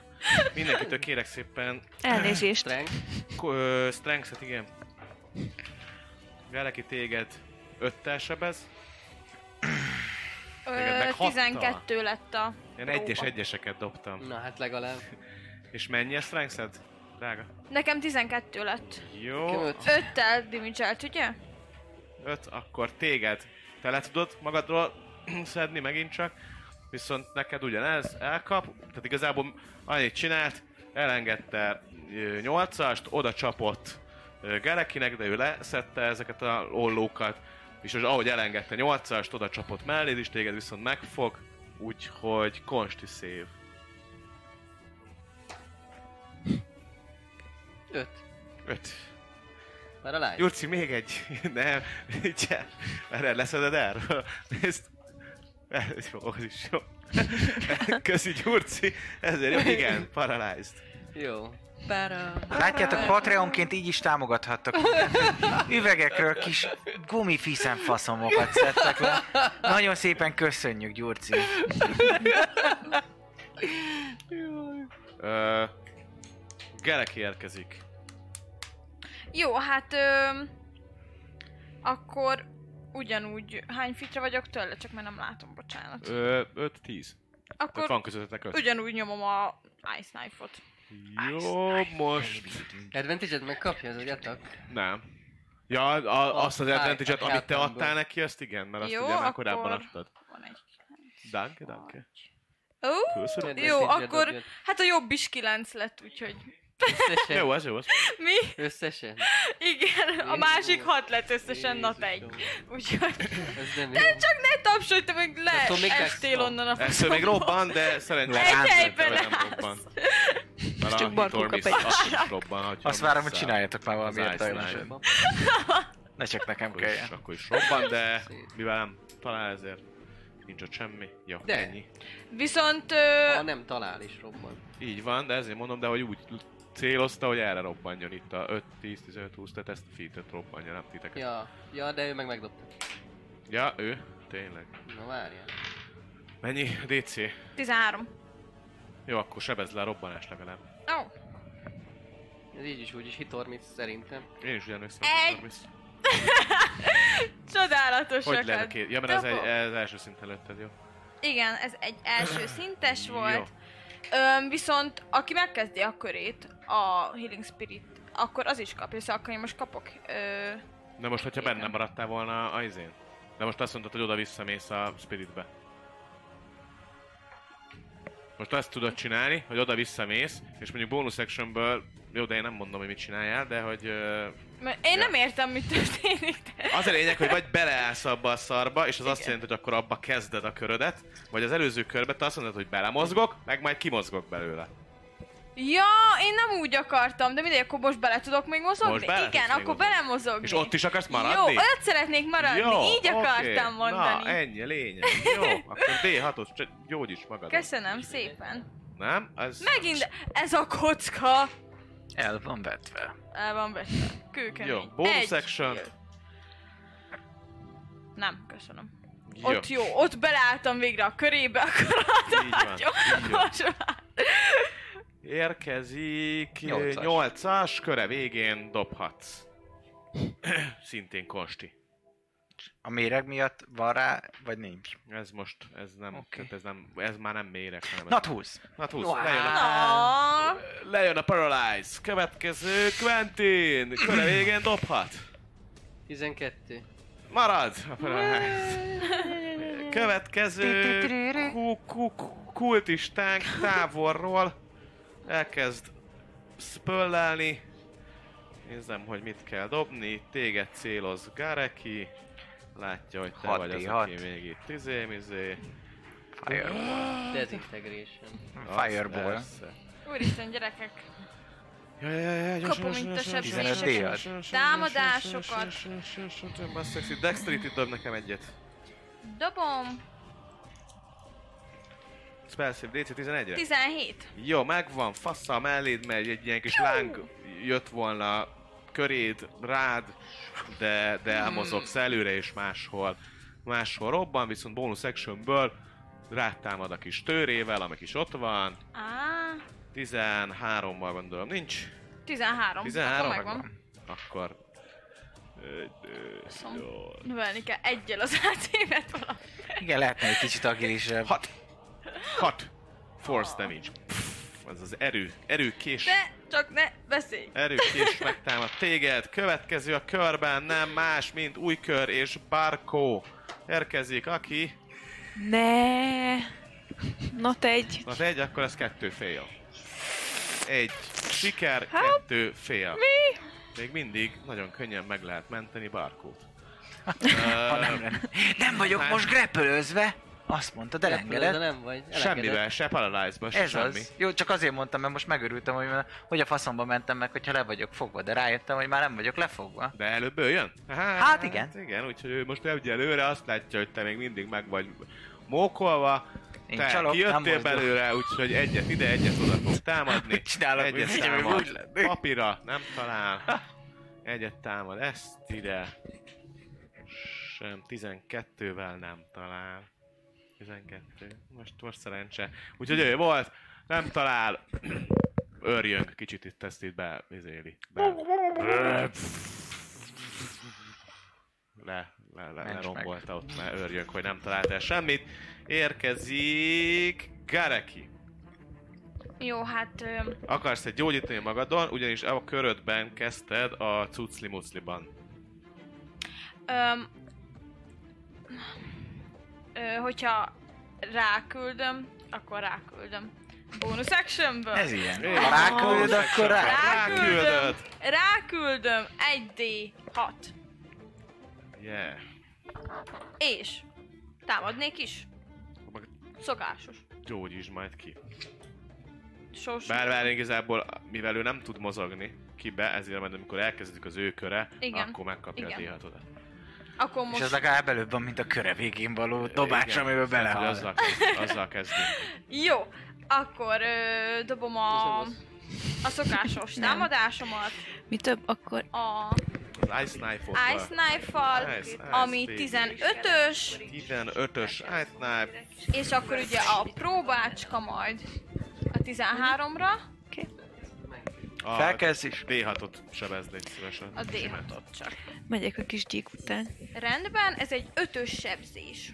S2: Mindenkitől kérek szépen
S3: Elnézést.
S4: Strength.
S2: Ko- ö, Strength-et, igen. Gareki téged öttel sebez, Téged
S5: ö,
S2: meg hattal?
S5: 12 lett a
S2: Én
S5: próba.
S2: egyes egyeseket dobtam.
S4: Na hát legalább.
S2: És mennyi a strength Drága.
S5: Nekem 12 lett.
S2: Jó.
S4: Köt.
S5: 5-tel damage ugye?
S2: Öt, akkor téged. Te le tudod magadról szedni megint csak, viszont neked ugyanez elkap, tehát igazából annyit csinált, elengedte ö, nyolcast, oda csapott ö, Gerekinek, de ő leszedte ezeket a ollókat, és az, ahogy elengedte nyolcast, oda csapott melléd is, téged viszont megfog, úgyhogy konsti szév.
S4: 5.
S2: Öt.
S4: Már a lány.
S2: Jurci, még egy. Nem, cse. Erre leszeded erről. Nézd. Ez jó, az is jó. Köszi, Gyurci. Ezért jó, igen, paralyzed.
S4: Jó.
S6: Látjátok, Patreonként így is támogathattok. minket. Üvegekről kis gumifiszen faszomokat szedtek le. Nagyon szépen köszönjük, Gyurci.
S2: Ö, Gerek érkezik.
S5: Jó, hát ö, akkor ugyanúgy hány fitre vagyok tőle, csak mert nem látom, bocsánat.
S2: Ö, 5-10. Tehát
S5: Akkor
S2: van közöttetek 5.
S5: ugyanúgy nyomom a Ice Knife-ot.
S2: Jó, most...
S4: Advantage-et megkapja az agyatak?
S2: Nem. Ja, a, azt az
S4: táj-
S2: advantage-et,
S4: a
S2: amit te
S4: hátrámból.
S2: adtál neki, azt igen, mert azt
S5: Jó,
S2: ugye már
S5: akkor-
S2: korábban adtad.
S5: Van egy
S2: Danke, danke.
S5: Ó,
S2: Köszönöm.
S5: jó,
S4: Advantage-et
S5: akkor
S4: dobjad.
S5: hát a jobb is kilenc lett, úgyhogy
S4: Összesen?
S2: Jó, az jó, az.
S5: mi?
S4: Összesen?
S5: Igen, a másik hat lett összesen, nat
S4: Jézusom.
S5: egy. Úgyhogy
S4: Ez nem
S5: te
S4: jó.
S5: csak ne tapsolj, te meg le
S4: Attól még
S5: estél
S4: megszól.
S5: onnan a
S2: Egyszer még robban, de szerencsére
S5: Egy
S2: átment,
S5: helyben
S2: de nem
S5: állsz.
S2: robban. Mert
S7: Csak
S2: a
S7: Barkó kap
S2: Hitor Miss
S7: egy-
S2: azt is robban, hogyha
S6: Azt várom, hogy
S2: messze áll.
S6: csináljatok már valami
S2: Az Ice
S6: értelmeset.
S2: Knight.
S6: Ne csak nekem
S2: Akkor is,
S6: kelljen.
S2: akkor is robban, de mivel nem talál ezért nincs ott semmi. Jó,
S4: De.
S2: ennyi.
S5: Viszont ö,
S4: Ha nem talál is robban.
S2: Így van, de ezért mondom, de hogy úgy célozta, hogy erre robbanjon itt a 5, 10, 15, 20, tehát ezt a featet robbanja, nem titeket. Ja.
S4: Ja, ja, de ő meg megdobta.
S2: ja, ő? Tényleg.
S4: Na várjál.
S2: Mennyi? DC?
S5: 13.
S2: Jó, akkor sebez le a robbanás legalább.
S5: Ó,
S4: Ez így is úgy is hitormit szerintem.
S2: Én is ugyanúgy szem.
S5: Egy. csodálatosak.
S2: Hogy lenne két? Ja, mert ez,
S5: Dobok.
S2: egy, ez első szint előtted, jó?
S5: Igen, ez egy első szintes
S2: Jó.
S5: volt. Öm, viszont aki megkezdi a körét, a Healing Spirit, akkor az is kapja, szóval akkor én most kapok. Ö,
S2: De most, hogyha benne maradtál volna a izén? De most azt mondtad, hogy oda visszamész a spiritbe. Most azt tudod csinálni, hogy oda visszamész, és mondjuk bonus actionből, jó, de én nem mondom, hogy mit csináljál, de hogy ö,
S5: mert én
S2: Ja.
S5: nem értem, mi történik. De...
S2: az a lényeg, hogy vagy beleállsz abba a szarba, és az azt jelenti, hogy akkor abba kezded a körödet, vagy az előző körbe te azt mondod, hogy belemozgok, meg majd kimozgok belőle.
S5: Ja, én nem úgy akartam, de mindegy, akkor most bele tudok még mozogni?
S2: Most bele tudsz
S5: Igen,
S2: még
S5: akkor
S2: mozogni.
S5: belemozogni.
S2: És ott is akarsz maradni?
S5: Jó, ott szeretnék maradni, így
S2: oké.
S5: akartam mondani.
S2: Na, ennyi a lényeg. Jó, akkor D6-os, csak gyógyíts magad.
S5: Köszönöm szépen.
S2: Nem? Ez...
S5: Megint ez a kocka
S6: El van vetve.
S5: el van vetve. Kőkemény.
S2: Jó, bonus
S5: Egy.
S2: action.
S5: Nem, köszönöm.
S2: Jó.
S5: Jó. Ott jó, ott beleálltam végre a körébe, akkor
S2: Így van,
S5: adhatjó.
S2: így van.
S5: Most már.
S2: Érkezik
S6: Nyolcas.
S2: 8-as, köre végén dobhatsz. Szintén konsti.
S6: A méreg miatt van rá, vagy nincs?
S2: Ez most, ez nem,
S6: Oké.
S2: tehát ez, nem ez már nem méreg, hanem...
S6: Na 20.
S2: Na 20,
S4: Wow.
S2: lejön a,
S5: Na,
S2: lejön a Paralyze. Következő Quentin, köre végén dobhat.
S4: 12.
S2: Marad a Paralyze. Következő ku- ku- ku- kultistánk távolról elkezd spöllelni. Nézem, hogy mit kell dobni. Téged céloz Gareki. Látja, hogy te
S6: Hat
S2: vagy az,
S6: D6.
S2: aki még itt izé-mizé.
S6: Fireball.
S4: Dezintegration.
S6: Fireball.
S5: úristen gyerekek. Kapom,
S2: Kapom,
S5: mint a
S6: sebződéseket. 15
S5: Támadásokat.
S2: Massexi Dexterity dob nekem egyet.
S5: Dobom.
S2: Spell save DC 11-re.
S5: 17.
S2: Jó, megvan, fassza a melléd, mert egy ilyen kis láng jött volna köréd, rád, de, de elmozogsz előre és máshol, máshol robban, viszont bonus actionből rátámad a kis tőrével, amik is ott van.
S5: Á,
S2: 13-mal gondolom nincs.
S5: 13.
S2: 13
S5: Akkor megvan.
S2: Akkor... Öt, öt,
S5: Szom.
S2: nyolc.
S5: Növelni kell egyel az átévet valami.
S6: Igen, lehetne egy kicsit agilisebb.
S2: Hat! Hat! Force damage. Pff, az az erő. Erőkés.
S5: De csak ne beszélj.
S2: Erős is megtámad téged. Következő a körben nem más, mint Újkör és Barkó. Érkezik, aki...
S7: Ne. Not egy.
S2: Na egy, akkor ez kettő fél. Egy siker, kettő fél. Mi? Még mindig nagyon könnyen meg lehet menteni Barkót.
S6: Ha nem, lenne. nem
S2: Hát-
S6: vagyok most grepölözve. Azt mondta, de
S4: De
S6: elengedett.
S4: nem vagy. elengedett.
S2: Semmivel, se Paralyze-ba, se
S6: Ez
S2: semmi.
S6: az. Jó, csak azért mondtam, mert most megörültem, hogy, hogy a faszomba mentem meg, hogyha le vagyok fogva, de rájöttem, hogy már nem vagyok lefogva.
S2: De előbb ő jön?
S6: Hát igen.
S2: Igen, úgyhogy ő most elmegy előre, azt látja, hogy te még mindig meg vagy mókolva.
S6: Én
S2: te
S6: csalok, nem
S2: kijöttél
S6: mozdulok.
S2: belőle, úgyhogy egyet ide, egyet oda fog támadni.
S6: Mit csinálok,
S2: egyet
S6: hogy figyelj,
S2: támad
S6: hogy úgy lennék?
S2: papira, nem talál. Egyet támad ezt ide. Sem, 12-vel nem talál. 12. Most, most szerencse. Úgyhogy ő volt, nem talál. Örjön, kicsit itt ezt itt be, izéli. Be. Le, le, le,
S6: Menj
S2: lerombolta ott, mert örjön, hogy nem talált el semmit. Érkezik Gareki.
S5: Jó, hát... Ö,
S2: Akarsz egy gyógyítani magadon, ugyanis a körödben kezdted a cucli mucliban.
S5: ö, ö, hogyha ráküldöm, akkor ráküldöm. Bónusz actionből.
S6: Ez ilyen.
S2: Én-
S6: Ha ráküld, akkor rá.
S5: Ráküldöm,
S2: Ráküldöd.
S5: ráküldöm 1D6.
S2: Yeah.
S5: És támadnék is.
S2: Meg-
S5: Szokásos.
S2: Gyógyítsd majd ki.
S5: Sos.
S2: Bár már igazából, mivel ő nem tud mozogni kibe, ezért majd amikor elkezdjük az ő köre,
S5: Igen.
S2: akkor megkapja
S5: Igen.
S2: a d
S5: Akkor
S6: És
S5: most...
S6: ez legalább előbb van, mint a köre végén való dobás, amiben belehal.
S2: Azzal, kezd, azzal kezdünk.
S5: Jó, akkor ö, dobom a,
S4: Ez az.
S5: a szokásos
S7: Nem.
S5: támadásomat,
S7: Mi több, akkor
S5: a
S2: Az Ice Knife-okkal.
S5: Ice Knife-fal,
S2: Ice- Ice
S5: ami
S2: Baby.
S5: 15-ös,
S2: 15-ös Ice Knife.
S5: és akkor ugye a próbácska majd a 13-ra,
S2: A
S6: Felkelsz is.
S2: D6-ot sebezni szívesen.
S5: a d
S2: Simán.
S5: csak.
S7: megyek a kis gyík után.
S5: Rendben, ez egy 5-ös sebzés.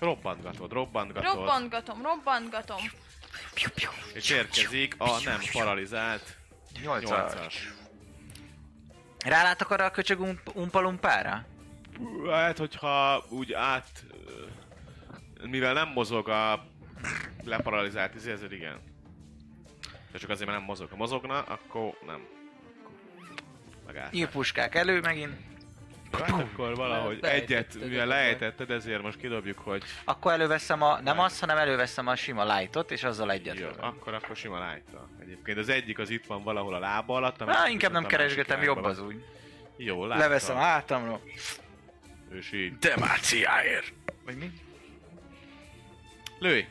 S2: Robbantgatod, robbantgatod.
S5: Robbantgatom, robbantgatom.
S2: És érkezik a nem paralizált 8-as.
S6: Rálátok arra a köcsög ump- umpalumpára?
S2: Hát, hogyha úgy át... Mivel nem mozog a leparalizált izé, ezért igen. De csak azért, mert nem mozog. Ha mozogna, akkor nem. Megáll.
S6: Nyílpuskák elő megint.
S2: Hát akkor valahogy
S6: Beejtetted
S2: egyet,
S6: akkor.
S2: mivel lejtetted, ezért most kidobjuk, hogy
S6: Akkor előveszem a, nem azt, hanem előveszem a sima lightot, és azzal egyet
S2: jó,
S6: lövöm.
S2: akkor, akkor sima lájta. Egyébként az egyik az itt van valahol a lába alatt. a
S6: Na,
S2: másik
S6: inkább
S2: ott
S6: nem
S2: a másik
S6: keresgetem,
S2: lábban
S6: jobb
S2: van.
S6: az úgy.
S2: Jó, látta.
S6: Leveszem hátamról.
S2: És így.
S6: Demáciáért! Vagy mi?
S2: Lőj!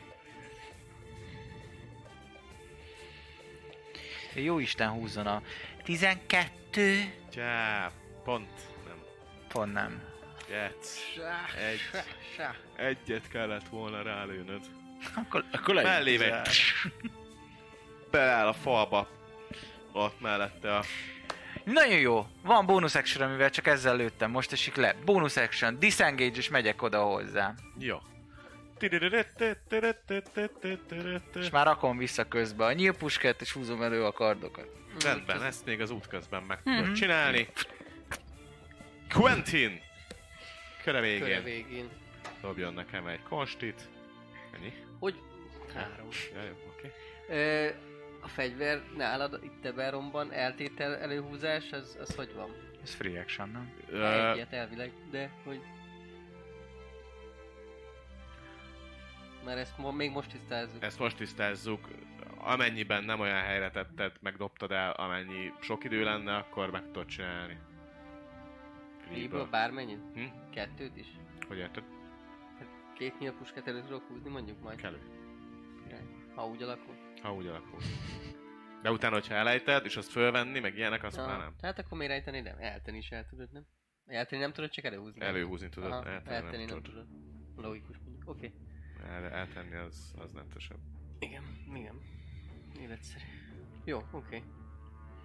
S6: Jó Isten húzzon a 12...
S2: Csá, pont. Nem.
S6: Pont nem.
S2: Jetsz.
S4: Sá,
S2: Egy.
S4: sá, sá.
S2: Egyet kellett volna rálőnöd.
S6: Akkor, akkor legyen.
S2: Mellébe beleáll a falba. Ott mellette a...
S6: Nagyon jó. Van bonus action, amivel csak ezzel lőttem. Most esik le. Bonus action. Disengage, és megyek oda hozzá.
S2: Jó.
S6: És már rakom vissza közben a nyílpuskát, és húzom elő a kardokat.
S2: Rendben, ezt még az út közben meg tudod csinálni. Quentin! Köre
S4: Köre
S2: végén.
S4: végén.
S2: Dobjon nekem egy konstit. Ennyi?
S4: Hogy? Három.
S2: Ja, jó, oké.
S4: Ö, a fegyver nálad itt Eberronban eltétel előhúzás, az, az hogy van?
S6: Ez free action, nem?
S2: Ö,
S4: Egyet elvileg, de hogy... Mert ezt mo- még most tisztázzuk.
S2: Ezt most tisztázzuk, amennyiben nem olyan helyre tetted, meg dobtad el, amennyi sok idő lenne, akkor meg tudod csinálni.
S4: Liből
S2: Freeből.
S4: bármennyit?
S2: Hm?
S4: Kettőt is?
S2: Hogy érted?
S4: Két nyílpuskát elő tudok húzni mondjuk majd?
S2: Kellő.
S4: Ha úgy alakul.
S2: Ha úgy alakul. De utána, hogyha elejted, és azt fölvenni, meg ilyenek, azt már
S4: Ah,
S2: nem.
S4: tehát akkor miért ejteni nem? Elteni is el tudod, nem? Elteni nem tudod, csak előhúzni.
S2: Előhúzni tudod,
S4: Aha,
S2: eltenni,
S4: eltenni
S2: nem
S4: nem
S2: tudod.
S4: tudod. Logikus mondjuk. Oké.
S2: El, eltenni az, az nettesebb.
S4: Igen, igen. Életszerű. Jó, oké. Okay.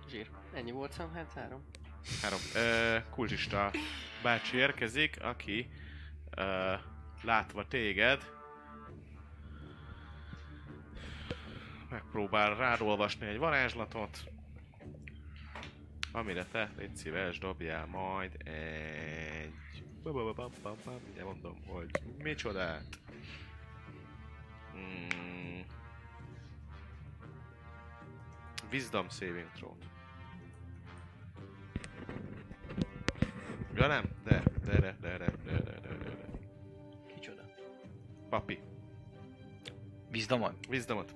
S4: Zsír. Ennyi volt szám, hát három.
S2: Három. Ö, kulcsista bácsi érkezik, aki ö, látva téged megpróbál rád olvasni egy varázslatot, amire te légy szíves, dobjál majd egy... Ba-ba-ba-bam-bam-bam, Mindjárt mondom, hogy micsodát. Mm. Wisdom saving throw Ja nem, de, de, de, de, de, de, de, de, de, de.
S4: Kicsoda.
S2: Papi,
S6: Bizdomon?
S2: vízdomot.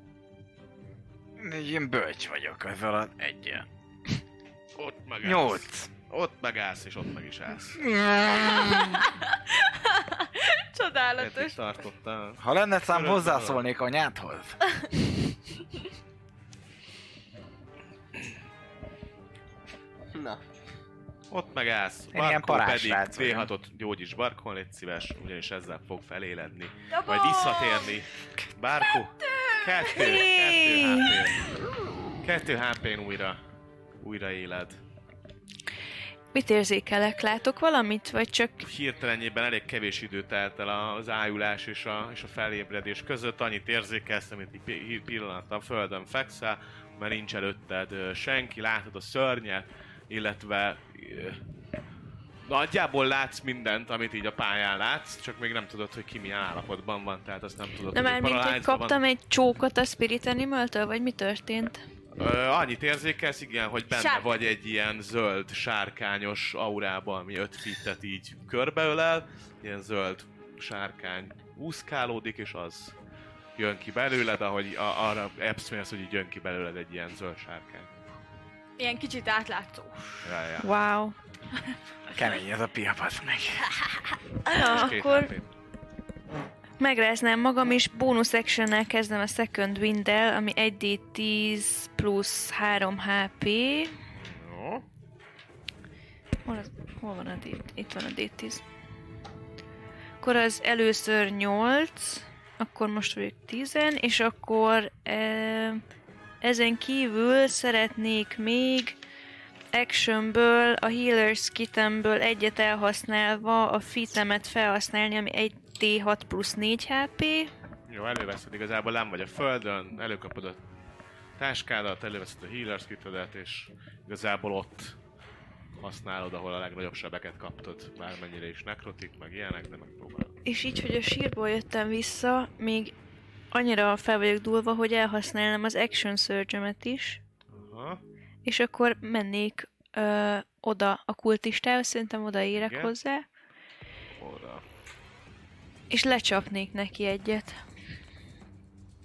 S6: Én bölcs vagyok ezzel az egyel.
S2: Ott megállsz.
S6: Nyolc.
S2: Ott megállsz, és ott meg is állsz. Eddig
S5: Csodálatos.
S2: tartottál.
S6: Ha lenne szám,
S2: Örök
S6: hozzászólnék anyádhoz.
S4: Na,
S2: Ott megállsz.
S6: Én ilyen
S2: Barkó
S6: parás
S2: pedig
S6: srác vagyok.
S2: D6-ot gyógyíts Barkon, légy szíves, ugyanis ezzel fog feléledni.
S5: Dobom!
S2: Vagy visszatérni. Barkó. Kettő. Kettő HP. Kettő HP-n újra. Újra éled.
S3: Mit érzékelek? Látok valamit? Vagy csak...
S2: Hirtelenjében elég kevés idő telt el az ájulás és a, és a felébredés között. Annyit érzékelsz, amit egy pi- pi- pillanatban földön fekszel, mert nincs előtted ö, senki, látod a szörnyet, illetve ö, nagyjából látsz mindent, amit így a pályán látsz, csak még nem tudod, hogy ki milyen állapotban van, tehát azt nem tudod,
S3: Na
S2: hogy ő
S3: már mint, hogy
S2: paralázban van.
S3: kaptam egy csókot a Spirit Animal-től, vagy mi történt?
S2: Ö, annyit érzékelsz, igen, hogy benne
S5: Sárkány.
S2: vagy egy ilyen zöld, sárkányos aurában, ami öt fittet így körbeölel, ilyen zöld sárkány úszkálódik, és az jön ki belőled, ahogy a, arra epszmélsz, hogy így jön ki belőled egy ilyen zöld sárkány.
S5: Ilyen kicsit átlátszó.
S2: Ja, ja.
S3: Wow.
S6: Kemény ez a piapasz meg.
S3: Na,
S2: És két
S3: akkor
S2: HP.
S3: megráznám magam, és bónusz action kezdem a Second wind ami 1d10 plusz 3 HP.
S2: Jó.
S3: Hol, az, hol van a D? Itt van a D10. Akkor az először 8, akkor most vagyok 10 és akkor e, ezen kívül szeretnék még actionből, a healer's kitemből egyet elhasználva a fitemet felhasználni, ami 1 D6 plusz 4 HP.
S2: Jó, előveszed igazából, nem vagy a földön, előkapod a táskádat, előveszed a healers kitodat, és igazából ott használod, ahol a legnagyobb sebeket kaptad, bármennyire is nekrotik, meg ilyenek, de megpróbálod.
S3: És így, hogy a sírból jöttem vissza, még annyira fel vagyok dúlva, hogy elhasználnám az action surge is.
S2: Aha.
S3: És akkor mennék ö, oda a kultistához, szerintem odaérek
S2: Igen.
S3: hozzá,
S2: Oda.
S3: és lecsapnék neki egyet.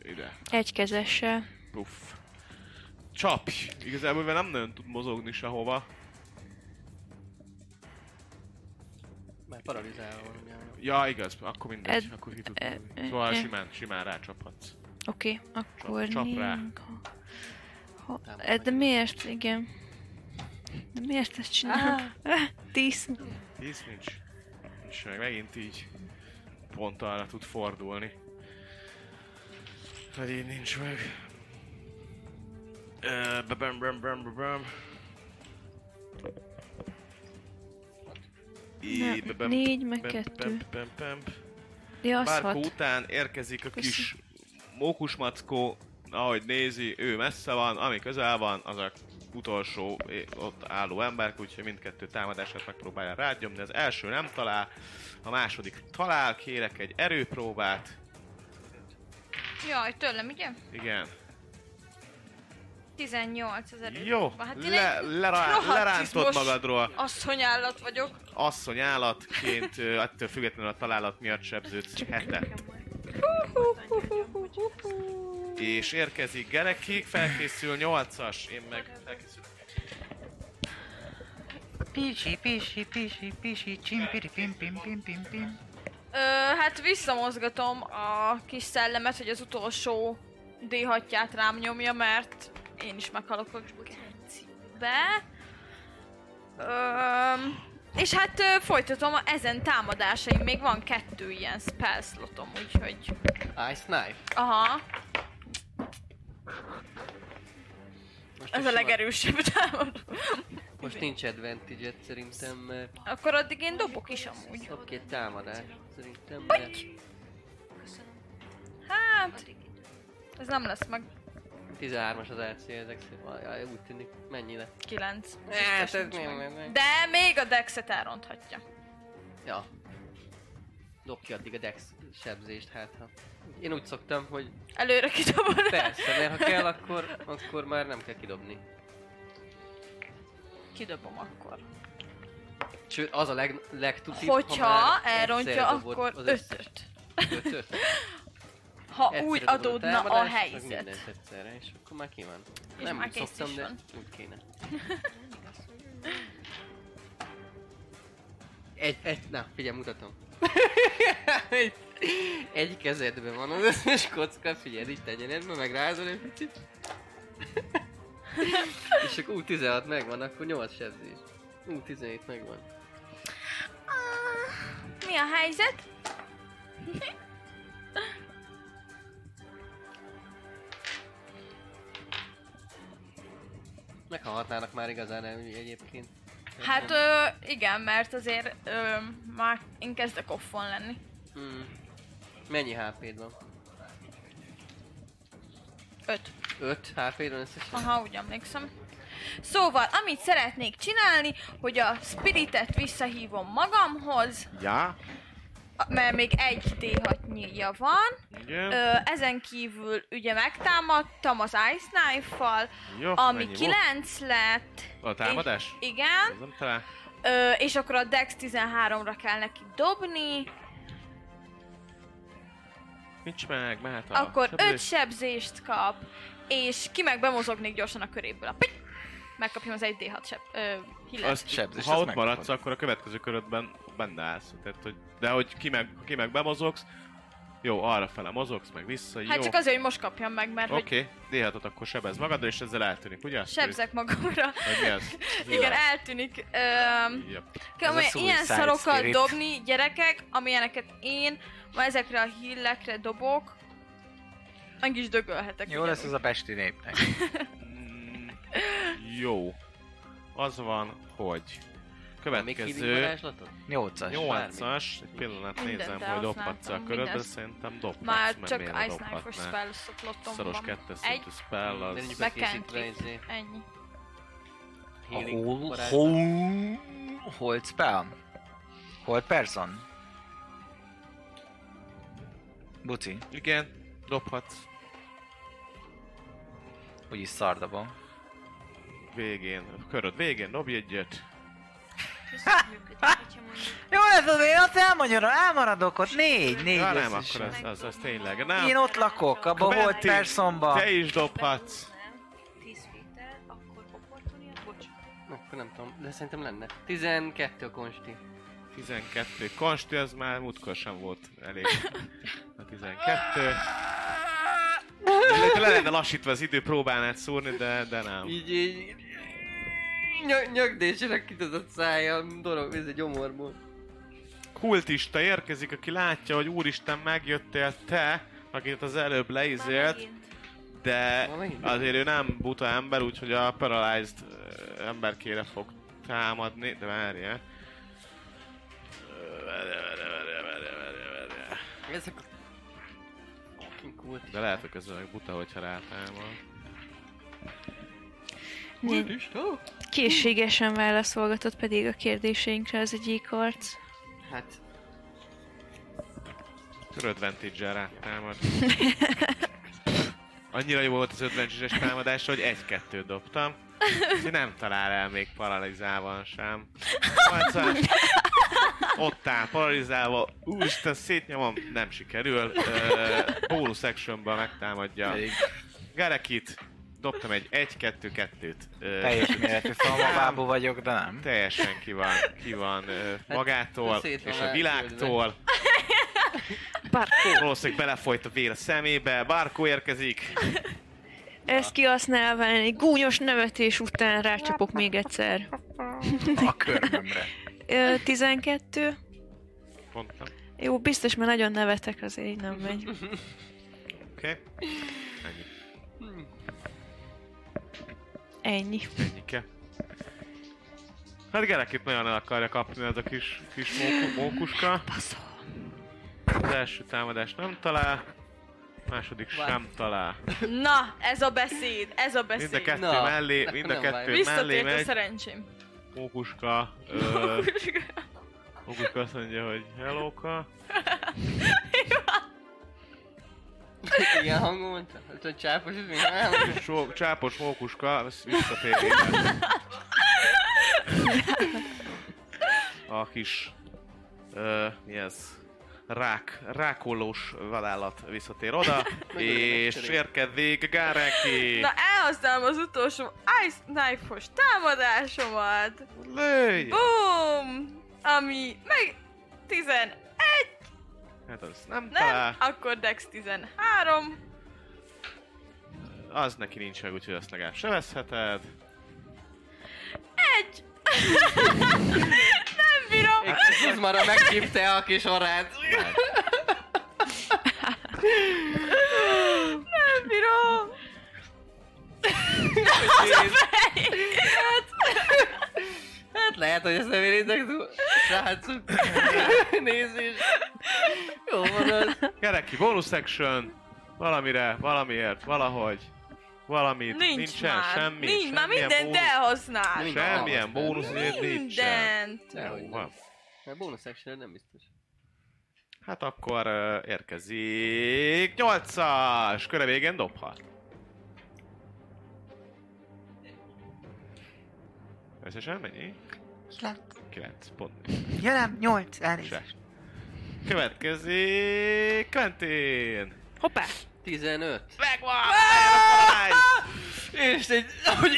S2: Ide.
S3: Egykezessel.
S2: Puff. Csapj! Igazából mert nem nagyon tud mozogni sehova.
S4: Már paralizálva van ugye.
S2: Ja, igaz, akkor mindegy,
S3: Ed-
S2: akkor ki tud
S3: e-
S2: mozogni.
S3: e-
S2: Szóval
S3: e.
S2: simán, simán rácsaphatsz.
S3: Oké, okay, akkor...
S2: csap
S3: még-
S2: rá.
S3: Ha,
S4: Támad
S3: eh, de
S4: meg.
S3: miért? Igen. De miért ezt csinálom? Tíz.
S2: Tíz nincs. És meg megint így pont arra tud fordulni. Hogy így nincs meg. Ö, babam, bram, bram, bram, bram. Í,
S3: Nem,
S2: babam,
S3: négy, meg
S2: bam,
S3: kettő.
S2: bam, bam, bam, bam.
S3: Ja, az
S2: Bárka
S3: hat.
S2: után érkezik a kis
S3: Köszi.
S2: mókusmackó, ahogy nézi, ő messze van, ami közel van, az a utolsó é- ott álló ember, úgyhogy mindkettő támadását megpróbálja rágyomni. Az első nem talál, a második talál, kérek egy erőpróbát.
S5: Jaj, tőlem, ugye?
S2: Igen.
S5: 18 ezer.
S3: Hát,
S5: Hát
S2: Jó, le, lerá, lerántod magadról.
S5: Asszonyállat vagyok.
S2: Asszony állatként, ö, ettől függetlenül a találat miatt sebződsz hetet. És érkezik Gerekig, felkészül 8-as, én meg felkészülök.
S6: Pisi, pisi, pisi, pisi, csimpiri, pim, pim, pim, pim, pim.
S5: Ö, hát visszamozgatom a kis szellemet, hogy az utolsó D6-ját rám nyomja, mert én is meghalok a gecibe. Öm, és hát ö, folytatom a ezen támadásaim, még van kettő ilyen spell slotom, úgyhogy...
S4: Ice Knife.
S5: Aha,
S4: Most
S5: ez
S4: is
S5: a
S4: sima-
S5: legerősebb támad.
S4: Most nincs advantage szerintem, mert
S5: Akkor addig én dobok is amúgy.
S4: dob két támadás szerintem, mert...
S5: Hát... Ez nem lesz meg
S4: 13-as az AC ezek szerint. Ah, Jaj, úgy tűnik. Mennyi lett?
S5: kilenc.
S4: Hát ez nem, nem, nem.
S5: De még a dexet elronthatja.
S4: Ja. Dob ki addig a dex sebzést, hát ha. Én úgy szoktam, hogy
S5: Előre kidobom.
S4: persze, mert ha kell, akkor, akkor már nem kell kidobni.
S5: Kidobom akkor.
S4: Sőt, az a leg, legtutibb, ha
S5: Hogyha
S4: már
S5: elrontja,
S4: egyszer dobod
S5: akkor
S4: az összes
S5: ötöt.
S4: ötöt.
S5: Ha
S4: Egyszerre
S5: úgy
S4: dobod
S5: adódna a
S4: támadást, meg
S5: helyzet.
S4: mindent Egyszerre, és akkor már ki van.
S5: És
S4: nem
S5: már
S4: úgy
S5: kész
S4: szoktam,
S5: is
S4: de
S5: van.
S4: úgy kéne. Egy, egy, na, figyelj, mutatom. egy, egy kezedben van az összes kocka, figyelj, így tenyeredben, meg rázol egy picit. és akkor U16 megvan, akkor 8 sebzés. U17 megvan.
S5: Ah, Mi a helyzet?
S4: Meghalhatnának már igazán el, egyébként.
S5: Hát ö, igen, mert azért ö, már én kezdek offon lenni.
S4: Mm.
S5: Hmm.
S4: Mennyi HP-d van?
S5: Öt.
S4: 5 HP-d van összesen?
S5: Aha, úgy emlékszem. Szóval, amit szeretnék csinálni, hogy a spiritet visszahívom magamhoz,
S2: Ja?
S5: a- mert még egy D6-nyíja van.
S2: Igen.
S5: Ö, ezen kívül ugye megtámadtam az Ice Knife-fal,
S2: Jó,
S5: ami
S2: mennyi
S5: 9 lett.
S2: A támadás?
S5: És, igen.
S2: Nem talán.
S5: Ö, és akkor a Dex 13-ra kell neki dobni,
S2: Ah, Nincs meg, mehet a...
S5: akkor
S2: sebzés.
S5: 5 sebzést kap, és ki meg bemozognék gyorsan a köréből. A pitty! Megkapjam az 1D6 seb... Ö, healet.
S2: Azt,
S6: sebzés,
S2: ha
S6: azt
S2: ott maradsz,
S6: megkapod.
S2: akkor a következő körödben benne állsz. Tehát, hogy, de hogy ki meg, ki meg bemozogsz, jó, arra fele mozogsz, meg vissza,
S5: Hát
S2: jó.
S5: csak azért, hogy most kapjam meg, mert hogy
S2: Oké, okay. d akkor sebez magadra, és ezzel eltűnik, ugye?
S5: sebzek magamra.
S2: Vagy mi az?
S5: Igen, eltűnik. Öm,
S2: Yep.
S5: kell
S6: Ez a
S5: olyan ilyen
S6: Suicide
S5: szarokkal
S6: Spirit.
S5: dobni, gyerekek, amilyeneket én ma ezekre a hillekre dobok, meg is dögölhetek.
S6: Jó
S5: ugye.
S6: lesz ez a besti népnek.
S2: Mm, jó. Az van, hogy
S4: Még
S2: következő
S6: Nyolcas.
S2: hát 8-as, egy pillanat
S5: Mindent
S2: nézem, hogy dobhatsz a
S5: elhasználtam,
S2: körödbe,
S5: mindent.
S2: szerintem dobhatsz,
S5: Már
S2: mert
S5: csak
S2: miért
S5: Ice
S2: ne
S5: Knife-os
S2: dobhatnál?
S5: spell slottom
S2: Szoros
S5: van.
S2: kettes
S5: Egy,
S2: szintű spell, az...
S4: Mindegyik
S5: meg
S4: bekészítve, izé,
S5: cantrip. Ennyi.
S6: A
S4: healing
S6: hol...
S4: varázs-
S6: Hol... Hold spell? Hold person? Buci,
S2: Igen, dobhatsz.
S6: úgyis szarda van.
S2: Végén, a köröd végén dobj egyet.
S3: Köszönjük, hogyha mondjuk.
S6: Jó, ez az én azt elmagyarod, elmaradok ott. Négy, négy
S2: Ja, nem,
S6: összesen.
S2: akkor az, az, az tényleg.
S6: Én
S2: Nem,
S6: ott lakok, abban
S2: Kventi,
S6: volt personban.
S2: te is dobhatsz.
S3: Behúznám 10 fétel, akkor opportunia, bocs.
S4: Akkor nem tudom, de szerintem lenne. 12 a konsti.
S2: 12. Konsti, az már múltkor sem volt elég. A 12. Le lenne lassítva az idő, próbálnád szúrni, de, de nem.
S4: Így, így... Ny- nyögdésre kitazott szája, dorog, ez egy gyomorból.
S2: Kultista érkezik, aki látja, hogy úristen megjöttél te, akit az előbb leizélt, de
S4: Ma megint?
S2: azért ő nem buta ember, úgyhogy a paralyzed ö, emberkére fog támadni, de várja.
S4: Ezek a... Fucking kult.
S2: De lehet, hogy közben meg buta, hogyha rátámad.
S4: Kultista?
S7: Készségesen válaszolgatott pedig a kérdéseinkre az egyik arc.
S4: Hát,
S2: Advantage-el rátámad. Annyira jó volt az advantage-es támadás, hogy egy-kettőt dobtam. Úgyhogy nem talál el még paralizálva sem. Szóval ott áll paralizálva, úristen, szétnyomom, nem sikerül. Ö, Bónusz actionban megtámadja. Garekit, dobtam egy 1-2-2-t.
S6: Teljes méretű szalmabábú vagyok, de nem.
S2: Teljesen ki van, ki van ö, magától
S4: Hát, szét van
S2: és a világtól.
S7: Barkó.
S2: Valószínűleg belefolyt a vér a szemébe, Barkó érkezik.
S7: Ezt kihasználva egy gúnyos nevetés után rácsapok még egyszer.
S6: A körmömre.
S7: Ö, 12.
S2: Mondtam.
S7: Jó, biztos, mert nagyon nevetek, azért így nem megy.
S2: Oké. Okay. Ennyi.
S7: Ennyi.
S2: Ennyike. Hát Gerek itt nagyon el akarja kapni ez a kis, kis móku- mókuska. Az első támadás nem talál. Második sem talál.
S5: Na, ez a beszéd, ez a beszéd.
S2: Mind a kettő
S4: Na,
S2: mellé,
S4: akkor
S2: mind a
S4: nem
S2: kettő
S4: vágjuk.
S2: mellé
S5: Visszatért a
S2: megy.
S5: szerencsém.
S2: Mókuska. Ö, mókuska azt mondja, hogy hellóka.
S4: ilyen hangon mondta. Hát a csápos, ez még
S2: So, csápos mókuska, ezt visszatérített. A kis... Ö, mi ez? Rák, rákollós vadállat visszatér oda, és
S4: megcsináljuk.
S2: érkezik Gáreki!
S5: Na elhasználom az utolsó Ice Knife-os támadásomat.
S2: Lőj!
S5: Boom! Ami meg 11,
S2: Hát az nem
S5: nem?
S2: talál,
S5: Akkor Dex 13.
S2: az neki nincs meg, úgyhogy azt legalább sebezheted.
S5: Egy! Nem bírom!
S4: Ez már a megcsípte a kis orrát.
S5: Nem bírom!
S4: Hát le Lehet, hogy ezt nem éritek túl. Srácok, nézés. Jó van az.
S2: Gyere ki, bonus action, valamire, valamiért, valahogy, valamit,
S5: Nincs
S2: nincsen
S5: már.
S2: semmi.
S5: Nincs már,
S2: semmilyen
S5: mindent
S2: bónusz-
S5: elhasznál.
S4: Nincs.
S2: Semmilyen
S4: Mindent.
S2: bónusz, nincsen.
S5: Mindent.
S4: Dehogy
S2: Jó
S4: nem.
S2: van.
S4: A bonus action nem biztos.
S2: Hát akkor uh, érkezik 8-as, köre végén dobhat. Összesen mennyi? 9 pont.
S6: Ja nem, 8,
S2: Se. Következik Quentin!
S3: Hoppá!
S4: 15.
S2: Megvan! Feljön a paradás!
S4: És egy... Ahogy...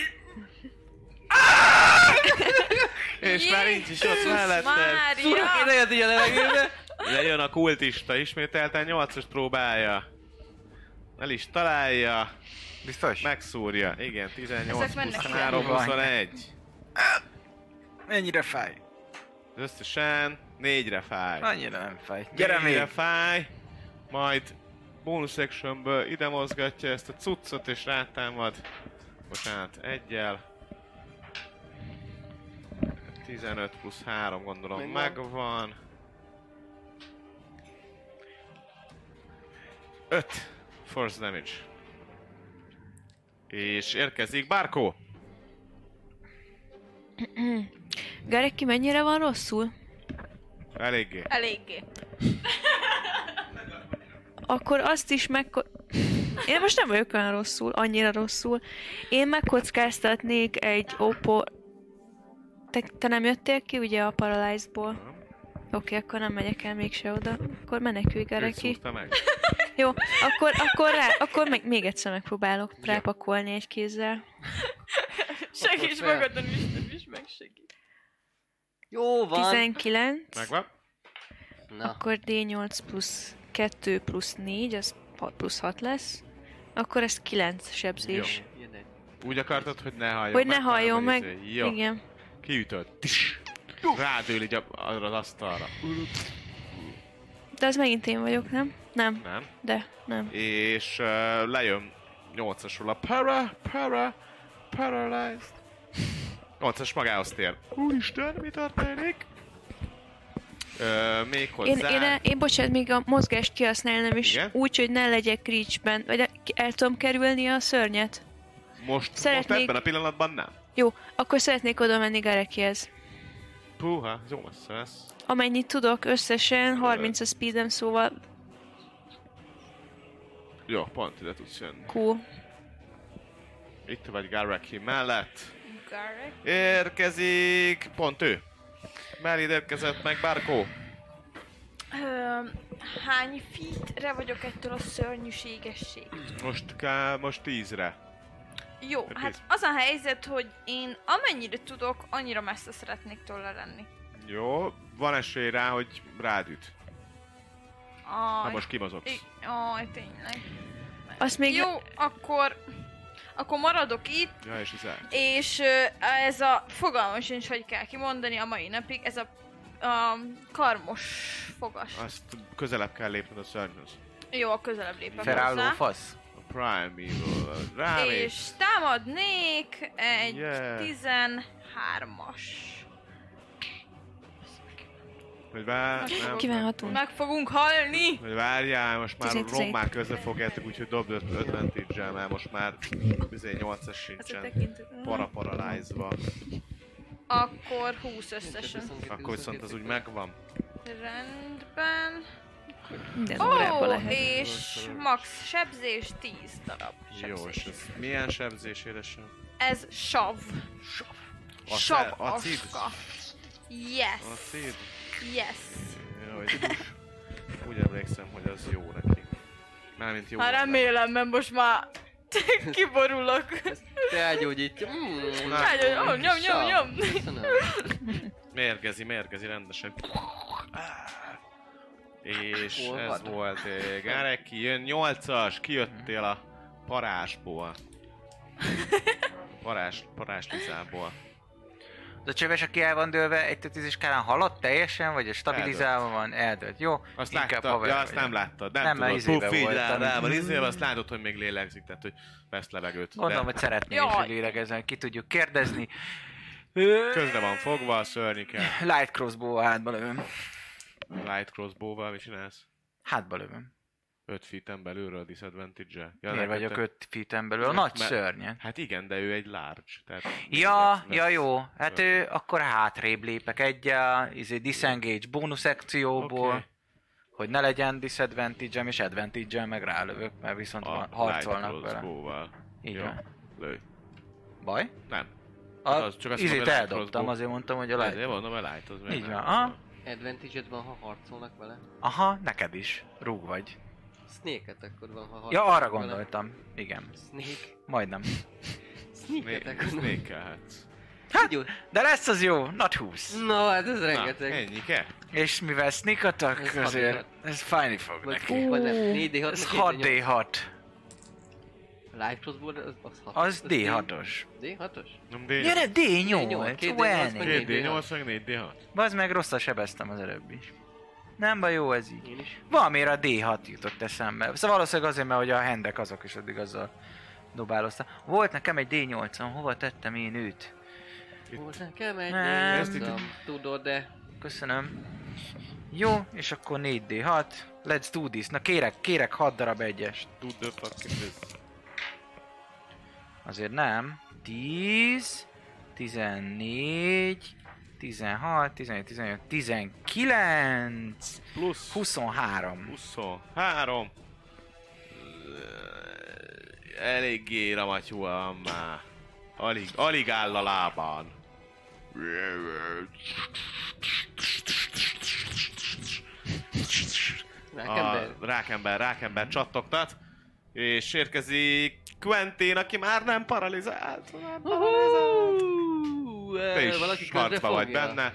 S2: És már nincs is ott mellette.
S4: Szurok
S5: Mária!
S4: én egyet így a levegőbe.
S2: Lejön a kultista, ismételten 8-os próbálja. El is találja,
S6: Biztos?
S2: megszúrja. Igen, 18
S5: Ezek mennek
S2: plusz 3,
S6: ilyen.
S2: 21.
S6: Mennyire fáj?
S2: Összesen négyre fáj.
S6: Annyira nem fáj. Gyere
S2: négyre
S6: még!
S2: fáj, majd bonus actionből ide mozgatja ezt a cuccot és rátámad. Bocsánat, egyel. 15 plusz 3 gondolom
S4: Megvan.
S2: megvan. 5 force damage. És érkezik Barkó.
S3: Garek, ki mennyire van rosszul?
S2: Eléggé.
S5: Eléggé.
S3: Akkor azt is meg... Én most nem vagyok olyan rosszul, annyira rosszul. Én megkockáztatnék egy opor... Te, te nem jöttél ki ugye a Paralyzed-ból? Oké, akkor nem megyek el mégse oda. Akkor menekülj,
S2: Őt
S3: Gareki.
S2: szúrta meg.
S3: Jó, akkor, akkor, rá, akkor meg, még egyszer megpróbálok rápakolni egy kézzel.
S5: Segíts
S4: fel.
S5: magadon is, nem is megsegít.
S4: Jó van.
S3: 19.
S2: Megvan?
S4: Na,
S3: Akkor D8 plusz 2 plusz 4, az hat- plusz 6 lesz. Akkor ez 9 sebzés.
S2: Jó.
S4: ilyen egy.
S2: Úgy akartad, hogy ne halljon
S3: Hogy ne
S2: hanem,
S3: halljon meg.
S2: izé- Jó.
S3: Igen.
S2: Kiütöd. Tis. Rádől így a- arra az asztalra.
S3: De az megint én vagyok, nem? Nem,
S2: Nem?
S3: de nem.
S2: És uh, lejön 8-asról a para, para, paralyzed. 8-as magához tér. Úristen, mi történik? Uh, még
S3: Én,
S2: hozzá.
S3: én, e- én, bocsánat, még a mozgást kihasználnám is
S2: Igen?
S3: úgy, hogy ne legyek reachben, vagy el tudom kerülni a szörnyet.
S2: most,
S3: szeretnék-
S2: most ebben a pillanatban nem.
S3: Jó, akkor szeretnék oda menni Garekihez.
S2: Puha, jó messze lesz.
S3: Amennyit tudok, összesen 30 a speedem, szóval
S2: Jó, pont ide tudsz jönni.
S3: cool.
S2: Itt vagy Garaki mellett.
S5: Garrett?
S2: Érkezik pont ő. Mellé érkezett meg Barkó.
S5: Öm, hány feetre vagyok ettől a szörnyűségesség?
S2: Most, ká, most tízre.
S5: Jó,
S2: Hát
S5: hát
S2: nézd.
S5: az a helyzet, hogy én amennyire tudok, annyira messze szeretnék tőle lenni.
S2: Jó, van esély rá, hogy rád üt. Ha
S5: Aj,
S2: most kimozogsz.
S5: I- aj, tényleg.
S3: Azt még...
S5: Jó, akkor... Akkor maradok itt,
S2: Ja, és ez el.
S5: és ö, ez a... Fogalmam sincs, hogy kell kimondani a mai napig, ez a... a karmos fogas.
S2: Azt közelebb kell lépned a szörnyhöz.
S5: Jó, a közelebb lépek
S6: Felálló
S5: hozzá.
S6: fasz?
S2: A Primeval. Rám és...
S5: És támadnék egy
S2: Yeah.
S5: 13-as.
S2: Hogy vár...
S5: Most
S2: Nem, nem.
S3: 96
S5: Meg fogunk halni!
S2: Hogy várjál, most már
S3: 17.
S2: rommák közre fogjátok, úgyhogy dobd öt- advantage-el, mert most már 18-as sincsen. Para paralyzva.
S5: Akkor 20
S4: Nincs,
S5: összesen.
S4: viszont-
S2: Akkor viszont az úgy megvan.
S5: Rendben.
S3: minden
S5: Ó,
S3: órában
S5: oh,
S3: lehet.
S5: és max sebzés 10 darab.
S2: Jó, és
S5: sebzés.
S2: ez milyen sebzés, édesem?
S5: Ez sav.
S2: Acid-
S5: Sav
S2: acid?
S5: aska. Yes.
S2: Acid?
S5: Yes.
S2: Jó, és úgy emlékszem, hogy az jó neki. Mármint jó.
S5: Hát remélem, mert most már kiborulok.
S4: Te elgyógyítja. Mm,
S2: Na.
S5: Hát, hogy- ó, nyom, nyom, nyom.
S4: Köszönöm.
S2: Mérgezi, mérgezi rendesen. És
S4: Hol
S2: ez
S4: vagy?
S2: volt eh, Gareki, jön 8-as, kijöttél a parásból. Parás, parás Lizából.
S6: Az a csöves, aki el van dőlve, egy 10 skálán halott teljesen, vagy a stabilizálva van, eldőlt. Jó,
S2: Azt
S6: inkább
S2: láttad,
S6: haver
S2: ja, azt
S6: vagyok.
S2: nem láttad, nem,
S6: Nem,
S2: nem
S6: mert
S2: tudod.
S6: izébe
S2: Puff, így rá,
S6: voltam.
S2: rá van izébe, azt látod, hogy még lélegzik, tehát hogy vesz levegőt.
S6: Gondolom,
S2: de
S6: hogy szeretné is,
S5: Jaj.
S6: hogy lélegezzen, ki tudjuk kérdezni.
S2: Közre van fogva a szörnyike.
S6: Light crossbow hátba lövöm.
S2: Light crossbow-val mi csinálsz?
S6: Hátba lövöm.
S2: 5 feet-en belülről disadvantage-el. Ja,
S6: Miért
S2: neked
S6: vagyok
S2: te-
S6: 5 feet belül? A
S2: Mert-
S6: nagy
S2: mert-
S6: szörnyen.
S2: Hát igen, de ő egy large. Tehát
S6: Ja,
S2: nem- nem-
S6: ja jó. Hát
S2: nem-
S6: ő akkor hátrébb lépek egyel, izé disengage bónusz akcióból,
S2: Oké.
S6: hogy ne legyen disadvantage és advantage meg rálövök, mert viszont
S2: A
S6: van,
S2: light
S6: harcolnak vele.
S2: crossbow-val.
S6: Így
S2: Jó.
S6: van.
S2: Lőj.
S6: Baj?
S2: Nem.
S6: A,
S2: Hát
S6: az,
S2: az, csak azt
S6: izét
S2: mondom, hogy light
S6: eldobtam,
S2: crossbow.
S6: azért mondtam, hogy a
S2: Ezért
S6: light.
S2: mondom, a light az meg
S6: Így
S2: nem-
S6: van, aha.
S4: Advantage-ed van, ha harcolnak vele.
S6: Aha, neked is. Rúg vagy.
S4: Snake-et akkor van, ha harcolnak
S6: Ja, arra
S4: vele.
S6: gondoltam. Igen.
S4: Snake.
S6: Majdnem.
S4: Snake-et
S2: Né-
S4: akkor
S2: Snékelhetsz.
S4: Hát jó.
S6: De lesz az jó, not 20.
S4: Na, hát ez
S2: Na,
S4: rengeteg.
S2: ennyi kell.
S6: És mivel sneak attack,
S4: Ez
S6: azért
S4: hat-
S6: ez fájni fog
S4: Vagy,
S6: neki.
S4: vagy nem, 4D6.
S6: Ez
S4: vagy 4D8.
S6: 6D6.
S4: Light crossbow, az, az 6.
S6: Az D6-os.
S4: D6-os?
S2: Nem
S6: Ja,
S2: D8.
S6: de D8.
S4: D8,
S6: D8
S4: két
S2: Két D8, meg 4 D6.
S6: Bazd meg, rosszal sebeztem az előbb is. Nem baj, jó ez így.
S4: Én is.
S6: Valamiért a D6 jutott eszembe. Szóval valószínűleg azért, mert hogy a hendek azok is addig azzal dobáloztam. Volt nekem egy D8-om, hova tettem én őt?
S4: Volt nekem egy
S6: Nem.
S4: nem tudom, tudod, de
S6: Köszönöm. Jó, és akkor 4D6. Let's do this. Na kérek, kérek 6 darab egyest.
S2: Tud the fucking this.
S6: Azért nem. 10, 14, 16, 17, 18, 19,
S2: Plusz
S6: 23.
S2: 23. Eléggé ramatyú van már. Alig, alig áll a lábán.
S4: rákember.
S2: A rákember, rákember csattogtat. És érkezik Quentin, aki már nem paralizált. Már
S4: Uhú!
S2: te is
S4: Valaki közre
S2: harcba vagy
S4: fogja?
S2: benne.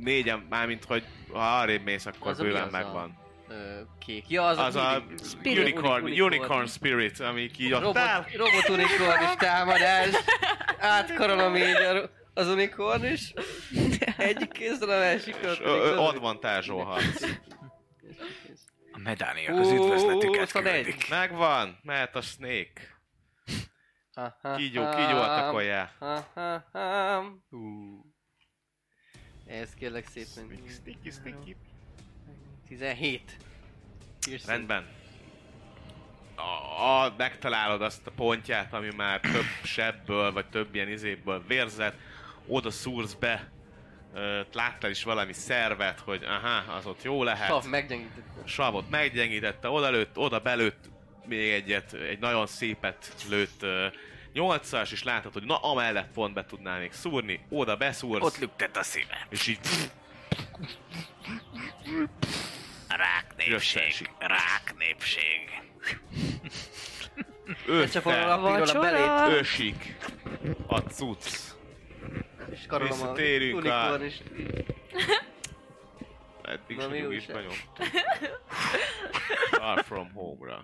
S2: Négyen, mármint, hogy ha arrébb mész, akkor
S4: Az a mi
S2: bőven
S4: az a-
S2: megvan.
S4: Ö, kék. Ja, az,
S2: Az a
S4: Spirit.
S2: unicorn, unicorn spirit, ami kijött el.
S4: Robot, robot unicorn is támadás. Átkarolom így a, ro- az unicorn is. Egyik kézzel a másikra.
S2: És, ö, ö, Advantage-ol harc.
S6: A medániak
S4: az üdvözletüket
S6: szóval
S4: küldik.
S2: Megvan, mehet a snake. Kígyó, kígyó atakolja.
S4: Ez kérlek szépen.
S2: Sticky, sticky.
S4: 17. Piercing.
S2: Rendben. A, a, megtalálod azt a pontját, ami már több sebből, vagy több ilyen izéből vérzett, oda szúrsz be. Ö, Láttál is valami szervet, hogy aha, az ott jó lehet.
S4: Sav meggyengítette.
S2: savot meggyengítette, oda lőtt, oda belőtt még egyet, egy nagyon szépet lőtt ö, nyolcas, és látod, hogy na amellett pont be tudnál még szúrni, oda beszúrsz,
S6: Ott lüktet a szíve.
S2: és így
S6: Rák népség.
S2: Jösszesik.
S6: Rák népség.
S4: Csak
S2: össze,
S4: a a belét.
S2: ösik a cucc.
S4: És karolom a
S2: Visszatérünk
S4: unicorn
S2: a-
S4: is.
S2: Eddig
S4: Na,
S2: sem
S4: mi
S2: is
S4: újság?
S2: nagyon. Far from home-ra.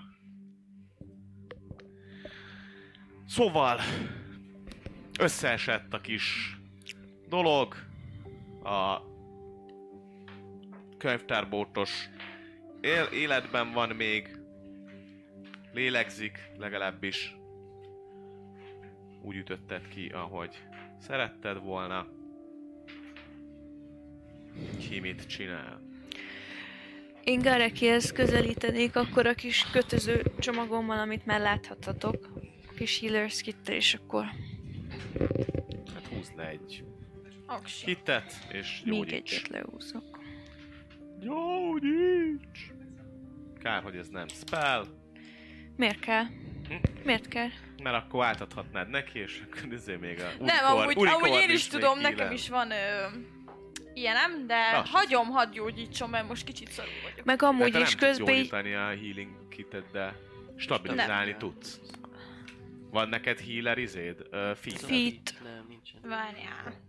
S2: Szóval, összeesett a kis dolog, a könyvtárbótos él- életben van még, lélegzik legalábbis. Úgy ütötted ki, ahogy szeretted volna. Ki mit csinál?
S7: Én Garekihez közelítenék akkor a kis kötöző csomagommal, amit már láthatatok. A kis healers kittel, és akkor
S2: Hát húzd le egy
S5: Aksi.
S2: hitet, és
S7: még
S2: gyógyíts.
S7: egyet lehúzok.
S2: Gyógyíts! Kár, hogy ez nem spell,
S7: Miért kell? Miért kell?
S2: mert akkor átadhatnád neki, és akkor ezért még a
S5: Nem,
S2: unicorn-
S5: amúgy,
S2: unicorn
S5: amúgy én is
S2: még
S5: tudom,
S2: hílen.
S5: nekem is van ö, ilyenem, de
S2: Lassan.
S5: hagyom, hadd gyógyítson, mert most kicsit szarul vagyok.
S7: Meg
S2: De te
S7: amúgy
S2: nem
S7: is
S2: tudsz
S7: közben így...
S2: gyógyítani a healing kitet, de stabilizálni
S4: Nem.
S2: tudsz. Van neked healer izéd? Ö, feed?
S7: Feet.
S4: Nem, nincsen.
S5: Várjál.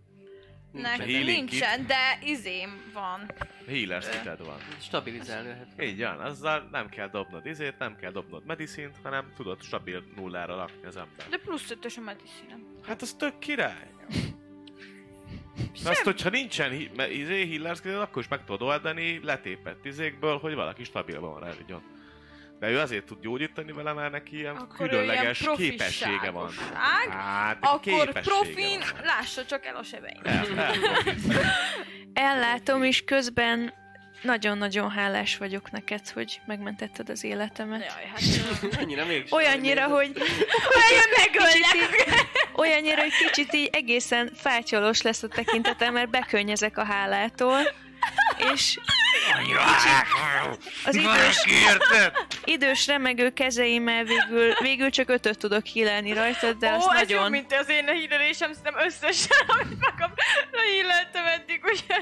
S4: Nincsen.
S5: Nekem
S2: healing
S5: nincsen, de izém van.
S2: Healer kited van.
S4: Stabilizálni lehet.
S2: Így van, azzal nem kell dobnod izét, nem kell dobnod medicint, hanem tudod stabil nullára lakni az ember.
S5: De plusz ötös a medicinem.
S2: Hát az tök király. Na Azt, hogyha nincsen hi- me- izé, healers akkor is meg tudod oldani letépett izékből, hogy valaki stabilban maradjon. De ő azért tud gyógyítani vele, mert neki ilyen
S5: Akkor ő ilyen
S2: különleges képessége van.
S5: profisságoság.
S2: Hát, neki
S5: Akkor
S2: képessége
S5: profin,
S2: van.
S5: lássa csak el a sebeim.
S2: Nem, nem.
S7: Ellátom, és közben nagyon-nagyon hálás vagyok neked, hogy megmentetted az életemet.
S5: Jaj, hát
S4: Annyira még
S7: Olyannyira, hogy... Olyan megöllek! Olyannyira, hogy kicsit így egészen fátyolos lesz a tekintetem, mert bekönnyezek a hálától. És
S6: Annyira
S7: az idős, idős remegő kezeimmel végül, végül csak ötöt tudok hílelni rajtad, de az
S5: Ó, ez jó,
S7: nagyon...
S5: mint az én hírelésem, szerintem összesen, amit magam lehíleltem eddig, ugye?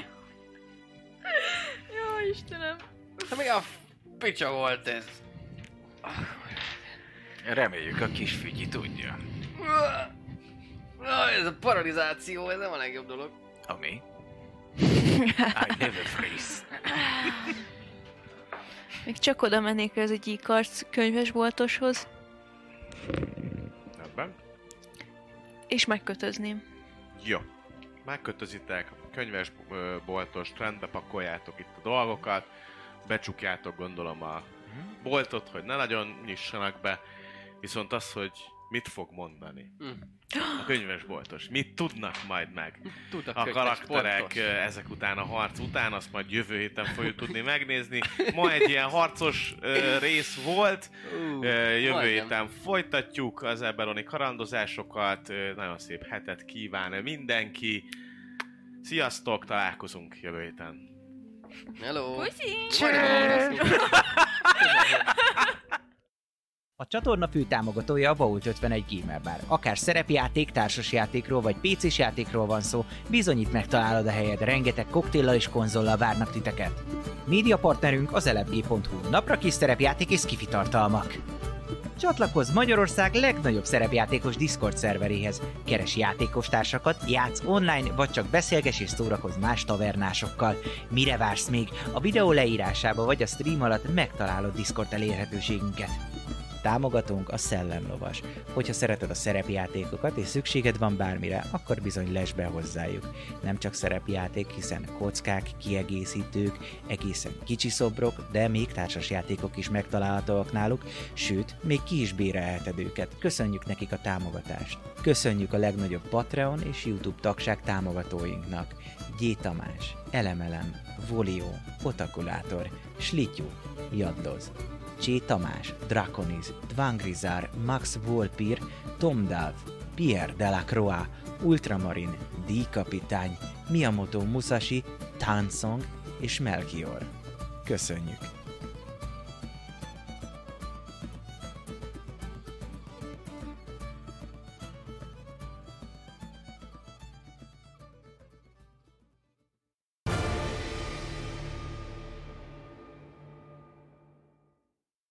S5: Jó, Istenem.
S4: Hát mi a f- picsa volt ez?
S6: Reméljük a kis fügyi tudja.
S4: Ah, ez a paralizáció, ez nem a legjobb dolog.
S6: Ami? I never freeze.
S7: Még csak oda mennék az egyik karc könyvesboltoshoz,
S2: Ebben.
S7: és megkötözném.
S2: Jó. Megkötözitek, könyvesboltos trendbe pakoljátok itt a dolgokat, becsukjátok gondolom a boltot, hogy ne nagyon nyissanak be, viszont az, hogy mit fog mondani
S4: Mm.
S2: a könyvesboltos, mit tudnak majd meg
S4: Tudtak
S2: a
S4: kötni,
S2: karakterek
S4: sportos.
S2: ö, ezek után, a harc után, azt majd jövő héten fogjuk tudni megnézni. Ma egy ilyen harcos ö, rész volt,
S4: Ú,
S2: Ö, Jövő
S4: majdnem.
S2: héten folytatjuk az eberoni karandozásokat. Ö, Nagyon szép hetet kíván mindenki. Sziasztok, találkozunk jövő héten.
S4: Hello.
S5: Puszi!
S1: A csatorna fő támogatója a Vault 51 Gamer Bar. Akár szerepjáték, társasjátékról vagy pc játékról van szó, bizony itt megtalálod a helyed, rengeteg koktéllal és konzollal várnak titeket. Média partnerünk az elefg.hu, napra kis szerepjáték és kifitartalmak. Csatlakozz Magyarország legnagyobb szerepjátékos Discord szerveréhez. Keres játékostársakat, játsz online, vagy csak beszélges és szórakozz más tavernásokkal. Mire vársz még? A videó leírásába vagy a stream alatt megtalálod Discord elérhetőségünket. Támogatónk a Szellemlovas. Hogyha szereted a szerepjátékokat és szükséged van bármire, akkor bizony lesz be hozzájuk. Nem csak szerepjáték, hiszen kockák, kiegészítők, egészen kicsi szobrok, de még társasjátékok is megtalálhatóak náluk, sőt, még ki is bérelheted őket. Köszönjük nekik a támogatást. Köszönjük a legnagyobb Patreon és YouTube tagság támogatóinknak. G. Tamás, Elemelem, Volió, Otakulátor, Slityu, Jaddoz, Csé Tamás, Draconis, Dvangrizar, Max Volpir, Tomdav, Pierre Delacroix, Ultramarin, D. Kapitány, Miyamoto Musashi, Tansong és Melchior. Köszönjük!